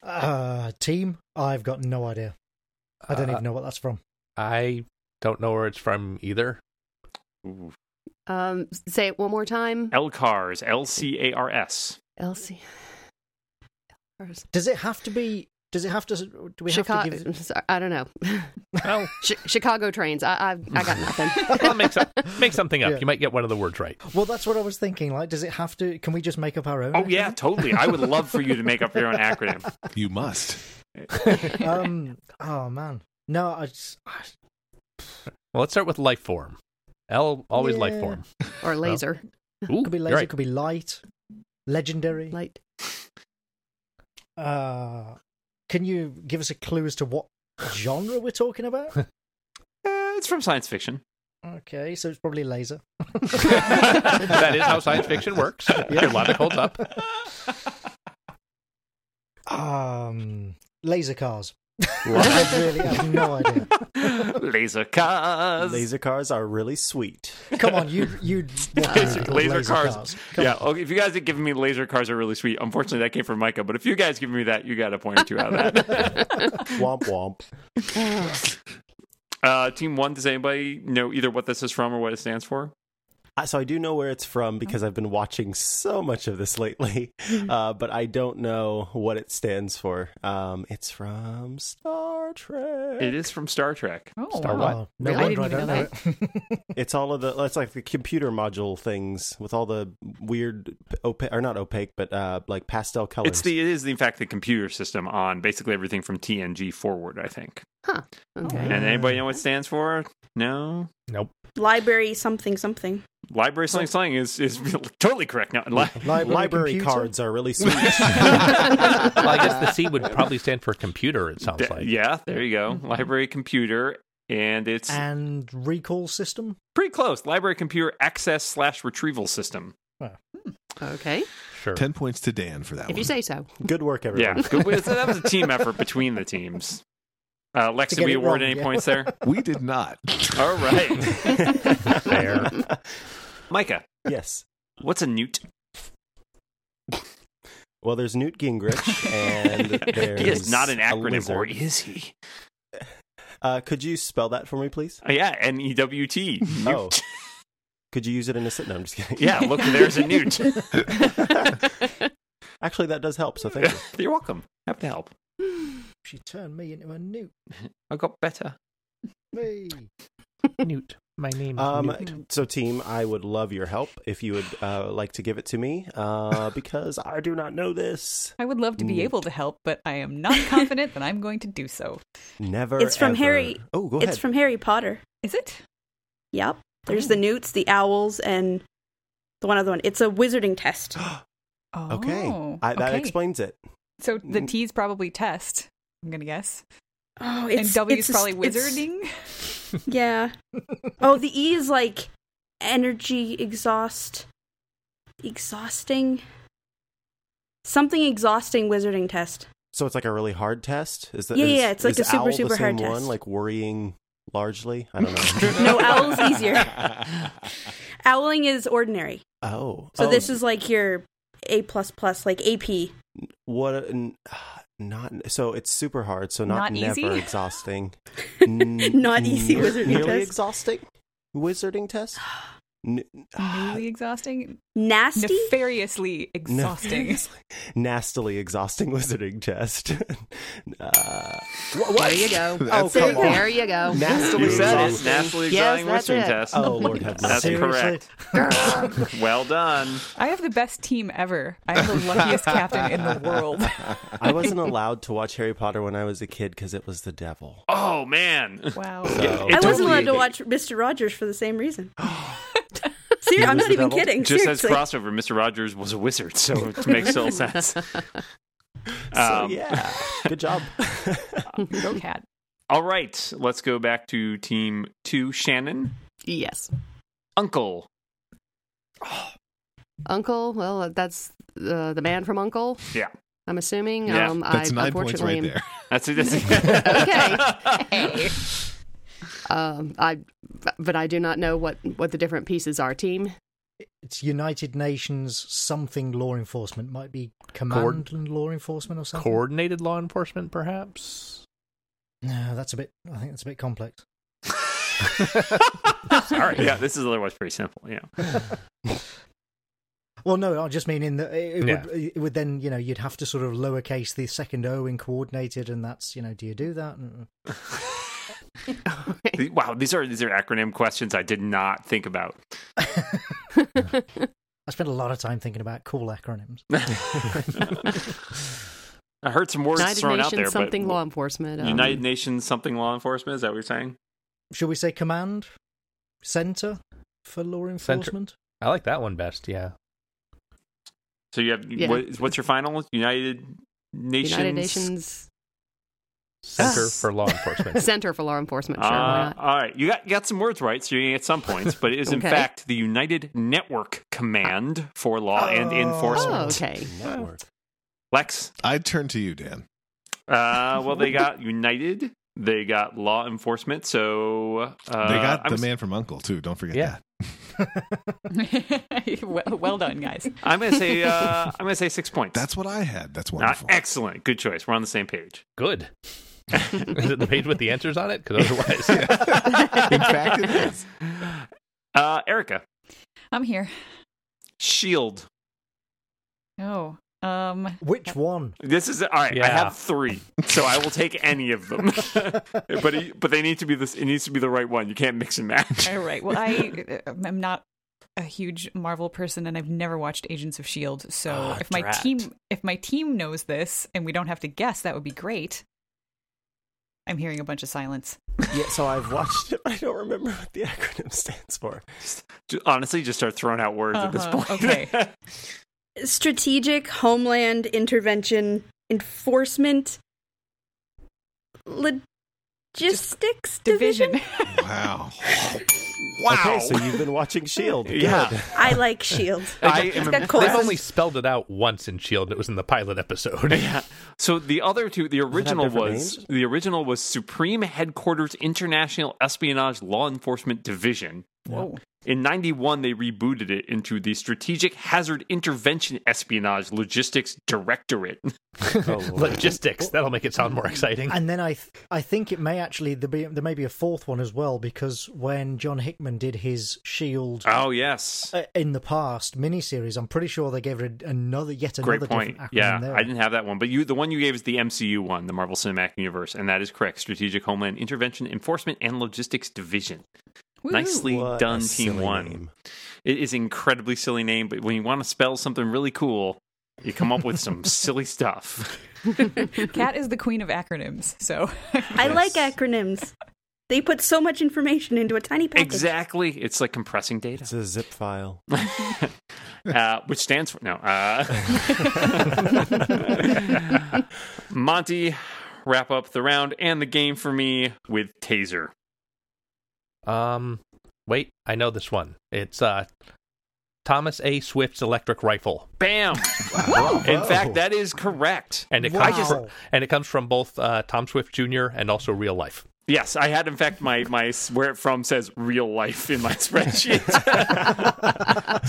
Speaker 8: Uh, team? I've got no idea. I don't
Speaker 7: Uh,
Speaker 8: even know what that's from.
Speaker 7: I don't know where it's from either.
Speaker 6: Um, say it one more time.
Speaker 2: Elcars. L C A R S.
Speaker 6: Elsie. Elcars.
Speaker 8: Does it have to be? Does it have to? Do we have
Speaker 6: Chicago.
Speaker 8: to give? it-
Speaker 6: sorry, I don't know.
Speaker 7: Well,
Speaker 6: Chi- Chicago trains. I, I I got nothing.
Speaker 7: I'll make, some, make something up.
Speaker 8: Yeah.
Speaker 7: You might get one of the words right.
Speaker 8: Well, that's what I was thinking. Like, does it have to? Can we just make up our own?
Speaker 2: Oh yeah, totally. I would love for you to make up your own acronym. Uh,
Speaker 9: You must.
Speaker 8: um. Oh man. No, I just. I-
Speaker 7: Well, let's start with life form. L always
Speaker 8: Yeah.
Speaker 7: life form.
Speaker 6: or laser
Speaker 7: Ooh,
Speaker 8: Could be
Speaker 7: you're
Speaker 8: laser.
Speaker 7: right.
Speaker 8: Could be light. Legendary.
Speaker 6: light.
Speaker 8: Uh, can you give us a clue as to what genre we're talking about?
Speaker 2: Eh, it's from science fiction.
Speaker 8: Okay, so it's probably laser.
Speaker 7: that is how science fiction works. Your logic holds up.
Speaker 8: Um, laser cars. I really have no idea.
Speaker 2: Laser cars.
Speaker 4: Laser cars are really sweet.
Speaker 8: Come on, you you
Speaker 2: Laser, laser cars.
Speaker 8: Come
Speaker 2: yeah.
Speaker 8: on.
Speaker 2: Okay, if you guys had given me laser cars are really sweet. Unfortunately, that came from Micah. But if you guys give me that, you got a point or two out of that.
Speaker 4: Womp womp.
Speaker 2: Uh, team one, does anybody know either what this is from or what it stands for?
Speaker 4: Uh, So I do know where it's from because I've been watching so much of this lately, uh, but I don't know what it stands for. Um, it's from Star Trek.
Speaker 2: It is from Star Trek.
Speaker 5: Oh,
Speaker 7: Star
Speaker 5: wow.
Speaker 8: Oh, no
Speaker 5: Really?
Speaker 8: wonder I
Speaker 5: I didn't
Speaker 8: don't
Speaker 5: even
Speaker 8: know
Speaker 5: know
Speaker 8: it.
Speaker 4: It's all of the. It's like the computer module things with all the weird, opa- or not opaque, but uh, like pastel colors.
Speaker 2: It's the it is in fact the computer system on basically everything from TNG forward, I think.
Speaker 6: Okay.
Speaker 2: And anybody know what it stands for? No.
Speaker 7: Nope.
Speaker 3: Library something something.
Speaker 2: Library slang slang is is totally correct. No, li-
Speaker 8: Library,
Speaker 4: library
Speaker 8: computer?
Speaker 4: cards are really sweet.
Speaker 7: Well, I guess the C would probably stand for computer. It sounds
Speaker 2: th-
Speaker 7: like.
Speaker 2: yeah, there you go. Library computer, and it's
Speaker 8: Ah. and recall system.
Speaker 2: pretty close. Library computer access slash retrieval system.
Speaker 8: Wow.
Speaker 6: Okay.
Speaker 7: Sure.
Speaker 9: 10 points to Dan for that
Speaker 6: If
Speaker 9: one.
Speaker 6: you say so.
Speaker 4: Good work, everyone.
Speaker 2: Yeah, good way- so that was a team effort between the teams. Uh, Lex,
Speaker 8: To
Speaker 2: did
Speaker 8: get
Speaker 2: we
Speaker 8: it
Speaker 2: award
Speaker 8: wrong,
Speaker 2: any
Speaker 8: yeah.
Speaker 2: points there?
Speaker 9: we did not.
Speaker 2: All right,
Speaker 7: Fair.
Speaker 2: Micah,
Speaker 4: yes.
Speaker 2: what's a newt?
Speaker 4: Well, there's Newt Gingrich, and there's
Speaker 2: he is not an
Speaker 4: a
Speaker 2: acronym, or
Speaker 4: lizard.
Speaker 2: is he?
Speaker 4: Uh, could you spell that for me, please?
Speaker 2: Uh, yeah, N E W T.
Speaker 4: Oh. Could you use it in a sit? No, I'm just kidding.
Speaker 2: Yeah, look, there's a newt.
Speaker 4: Actually, that does help. So thank you.
Speaker 2: You're welcome. Happy to help.
Speaker 8: She turned me into a newt.
Speaker 2: I got better.
Speaker 8: Me.
Speaker 7: Newt. My name is
Speaker 4: Um,
Speaker 7: Newt.
Speaker 4: so, team, I would love your help if you would uh, like to give it to me uh, because I do not know this.
Speaker 5: I would love to be able to help, but I am not confident that I'm going to do so.
Speaker 4: Never.
Speaker 3: It's from
Speaker 4: ever-
Speaker 3: Harry.
Speaker 4: Oh, go
Speaker 3: It's
Speaker 4: ahead.
Speaker 3: from Harry Potter.
Speaker 5: Is it?
Speaker 3: Yep. There's the newts, the owls, and the one other one. It's a wizarding test.
Speaker 5: Oh,
Speaker 4: okay. I, that
Speaker 5: okay.
Speaker 4: explains Mm. it.
Speaker 5: So the T's probably test. I'm gonna guess.
Speaker 3: Oh, it's
Speaker 5: and W is
Speaker 3: it's a
Speaker 5: probably
Speaker 3: st- it's-
Speaker 5: wizarding.
Speaker 3: yeah. Oh, the E is like energy exhaust, exhausting, something exhausting wizarding test.
Speaker 4: So it's like a really hard test. Is that?
Speaker 3: Yeah,
Speaker 4: is-
Speaker 3: yeah, it's like
Speaker 4: is
Speaker 3: a super,
Speaker 4: owl the
Speaker 3: super
Speaker 4: same
Speaker 3: hard
Speaker 4: one?
Speaker 3: test.
Speaker 4: Like worrying largely. I don't know.
Speaker 3: No, owl's easier. Owling is ordinary.
Speaker 4: oh,
Speaker 3: So
Speaker 4: oh,
Speaker 3: this is like your A plus plus, like AP.
Speaker 4: what? a- n- not so. It's super hard. So not,
Speaker 5: Not
Speaker 4: never
Speaker 5: easy?
Speaker 4: exhausting. N-
Speaker 3: Not easy wizarding
Speaker 4: nearly
Speaker 3: test.
Speaker 4: exhausting. Wizarding test. N-
Speaker 5: Newly exhausting.
Speaker 3: Nasty.
Speaker 5: Nefariously exhausting.
Speaker 4: nastily exhausting wizarding test. uh,
Speaker 6: There you go.
Speaker 9: That's-
Speaker 4: Oh,
Speaker 6: there,
Speaker 4: come on.
Speaker 6: there you go.
Speaker 4: nastily
Speaker 2: You said it.
Speaker 4: exhausting.
Speaker 2: Nastily
Speaker 6: Yes,
Speaker 2: exhausting
Speaker 6: that's
Speaker 2: Western
Speaker 6: it.
Speaker 2: test.
Speaker 4: Oh Lord, have mercy.
Speaker 2: That's correct. Well done.
Speaker 5: I have the best team ever. I'm the luckiest captain in the world.
Speaker 4: I wasn't allowed to watch Harry Potter when I was a kid because it was the devil.
Speaker 2: Oh man.
Speaker 5: Wow.
Speaker 4: So-
Speaker 3: I wasn't
Speaker 2: Totally.
Speaker 3: allowed to watch Mr. Rogers for the same reason. Seriously, I'm not even kidding.
Speaker 2: Just as
Speaker 3: Seriously.
Speaker 2: crossover, Mr. Rogers was a wizard, so it makes total sense.
Speaker 4: So,
Speaker 2: Um,
Speaker 4: yeah, good job.
Speaker 5: Go cat.
Speaker 2: All right, let's go back to team two. Shannon,
Speaker 6: Yes.
Speaker 2: Uncle.
Speaker 6: Uncle, well, that's uh, the man from Uncle.
Speaker 2: Yeah.
Speaker 6: I'm assuming.
Speaker 2: Yeah,
Speaker 6: um,
Speaker 9: That's
Speaker 6: I,
Speaker 9: nine points
Speaker 6: unfortunately
Speaker 9: right there.
Speaker 2: That's it. That's
Speaker 6: okay. um, I, but I do not know what what the different pieces are. Team.
Speaker 8: It's United Nations something law enforcement. Might be command
Speaker 7: Coord-
Speaker 8: and law enforcement or something.
Speaker 7: Coordinated law enforcement, perhaps.
Speaker 8: No, that's a bit. I think that's a bit complex.
Speaker 2: All right. Yeah, this is otherwise pretty simple. Yeah.
Speaker 8: Well, no, I just mean in that it, it
Speaker 7: Yeah.
Speaker 8: would it would then you know you'd have to sort of lowercase the second O in coordinated, and that's you know do you do that? Mm.
Speaker 2: The- Wow, these are these are acronym questions I did not think about.
Speaker 8: I spent a lot of time thinking about cool acronyms.
Speaker 2: I heard some words
Speaker 6: United
Speaker 2: thrown
Speaker 6: Nations
Speaker 2: out there,
Speaker 6: something
Speaker 2: but
Speaker 6: law enforcement. um,
Speaker 2: United Nations something law enforcement. Is that what you're saying?
Speaker 8: Should we say command center for law enforcement?
Speaker 7: I like that one best. Yeah.
Speaker 2: So you have
Speaker 6: Yeah.
Speaker 2: what, what's your final? United Nations.
Speaker 6: United Nations
Speaker 7: Center
Speaker 6: Yes.
Speaker 7: for Law Enforcement.
Speaker 6: Center for Law Enforcement. Sure,
Speaker 2: Uh,
Speaker 6: why not?
Speaker 2: all right, you got you got some words right, so you get some points. But it is in
Speaker 6: Okay.
Speaker 2: fact the United Network Command for Law and
Speaker 8: Oh.
Speaker 2: Enforcement.
Speaker 6: Oh, okay.
Speaker 4: Network.
Speaker 2: Lex,
Speaker 9: I turn to you, Dan.
Speaker 2: Uh, well, they got United. They got law enforcement. So uh,
Speaker 9: they got
Speaker 2: I'm,
Speaker 9: the man from Uncle too. Don't forget
Speaker 7: Yeah.
Speaker 9: that.
Speaker 5: well, well done, guys.
Speaker 2: I'm gonna say. Uh, I'm gonna say six points.
Speaker 9: That's what I had. That's
Speaker 2: Uh,
Speaker 9: wonderful.
Speaker 2: excellent. Good choice. We're on the same page.
Speaker 7: Good. is it the page with the answers on it? Because otherwise,
Speaker 9: In fact, it is.
Speaker 2: Uh, Erica,
Speaker 5: I'm here.
Speaker 2: shield.
Speaker 5: Oh. Um.
Speaker 8: Which one?
Speaker 2: This is all right. I
Speaker 7: Yeah.
Speaker 2: have three, so I will take any of them. but it, but they need to be this. It needs to be the right one. You can't mix and match.
Speaker 5: All right. Well, I am not a huge Marvel person, and I've never watched Agents of Shield. E So
Speaker 2: Ah,
Speaker 5: if my
Speaker 2: drat.
Speaker 5: team if my team knows this and we don't have to guess, that would be great. I'm hearing a bunch of silence.
Speaker 4: Yeah, so I've watched it. but I don't remember what the acronym stands for.
Speaker 2: Ju- Honestly, just start throwing out words at this
Speaker 5: Uh-huh,
Speaker 2: point.
Speaker 5: okay.
Speaker 3: Strategic homeland intervention enforcement logistics division.
Speaker 5: Division.
Speaker 9: Wow.
Speaker 2: Wow.
Speaker 4: Okay, so you've been watching Shield.
Speaker 2: Yeah.
Speaker 4: E Good.
Speaker 3: I like Shield.
Speaker 7: I
Speaker 3: It's
Speaker 7: am-
Speaker 3: got
Speaker 7: they've
Speaker 3: claws.
Speaker 7: only spelled it out once in Shield. E It was in the pilot episode.
Speaker 2: yeah. So the other two, the original
Speaker 4: different
Speaker 2: was
Speaker 4: names?
Speaker 2: the original was Supreme Headquarters International Espionage Law Enforcement Division.
Speaker 7: Whoa.
Speaker 2: In 91, they rebooted it into the Strategic Hazard Intervention Espionage Logistics Directorate.
Speaker 7: Logistics. That'll make it sound more exciting.
Speaker 8: Oh, And then I, th- I think it may actually there be there may be a fourth one as well because when John Hickman did his Shield
Speaker 2: Oh, yes.
Speaker 8: E uh, in the past miniseries, I'm pretty sure they gave it a- another yet another
Speaker 2: Great point.
Speaker 8: different acronym
Speaker 2: Yeah,
Speaker 8: there.
Speaker 2: I didn't have that one, but you, the one you gave is the MCU one, the Marvel Cinematic Universe, and that is correct. Strategic Homeland Intervention Enforcement and Logistics Division.
Speaker 5: Woo.
Speaker 2: Nicely
Speaker 4: What a
Speaker 2: done, Team
Speaker 4: silly
Speaker 2: One.
Speaker 4: name.
Speaker 2: It is incredibly silly name, but when you want to spell something really cool, you come up with some silly stuff.
Speaker 5: Cat is the queen of acronyms, so
Speaker 3: I like acronyms. They put so much information into a tiny package.
Speaker 2: Exactly, it's like compressing data,
Speaker 4: It's a zip file.
Speaker 2: uh, which stands for no. Uh, Monty, wrap up the round and the game for me with Taser.
Speaker 7: Um, wait, I know this one. It's uh, Thomas A. Swift's electric rifle,
Speaker 2: Bam! In fact, that is correct.
Speaker 7: and it
Speaker 8: Wow.
Speaker 7: comes from, and it comes from both uh, Tom Swift Jr. and also real life.
Speaker 2: Yes, I had. In fact, my my where it from says real life in my spreadsheet.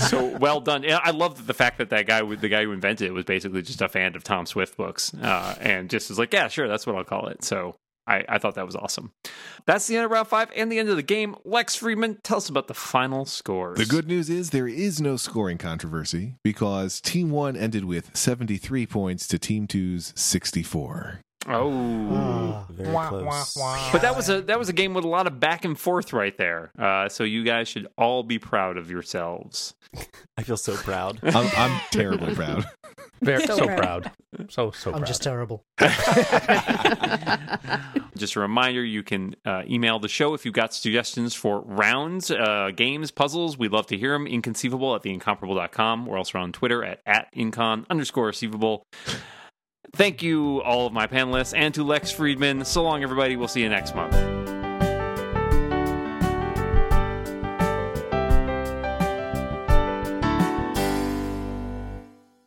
Speaker 2: so well done. And I love the fact that that guy, with- the guy who invented it, was basically just a fan of Tom Swift books, uh, and just was like, yeah, sure, that's what I'll call it. So I, I thought that was awesome. That's the end of round five and the end of the game. Lex Friedman, tell us about the final scores.
Speaker 9: The good news is there is no scoring controversy because Team 1 ended with 73 points to Team Two's 64. Uh.
Speaker 2: Oh.
Speaker 8: Ah.
Speaker 4: Very close.
Speaker 2: But that was a that was a game with a lot of back and forth right there. Uh, so you guys should all be proud of yourselves.
Speaker 4: I feel so proud.
Speaker 9: I'm, I'm terribly proud.
Speaker 7: Very
Speaker 3: So
Speaker 7: so,
Speaker 3: proud.
Speaker 7: proud. so so.
Speaker 8: I'm
Speaker 7: proud.
Speaker 8: just terrible.
Speaker 2: Just a reminder you can uh, email the show if you've got suggestions for rounds, uh, games, puzzles. We'd love to hear them. Inconceivable at theincomparable.com. We're also on Twitter at, at incon underscore receivable. Thank you, all of my panelists, and to Lex Friedman. So long, everybody. We'll see you next month.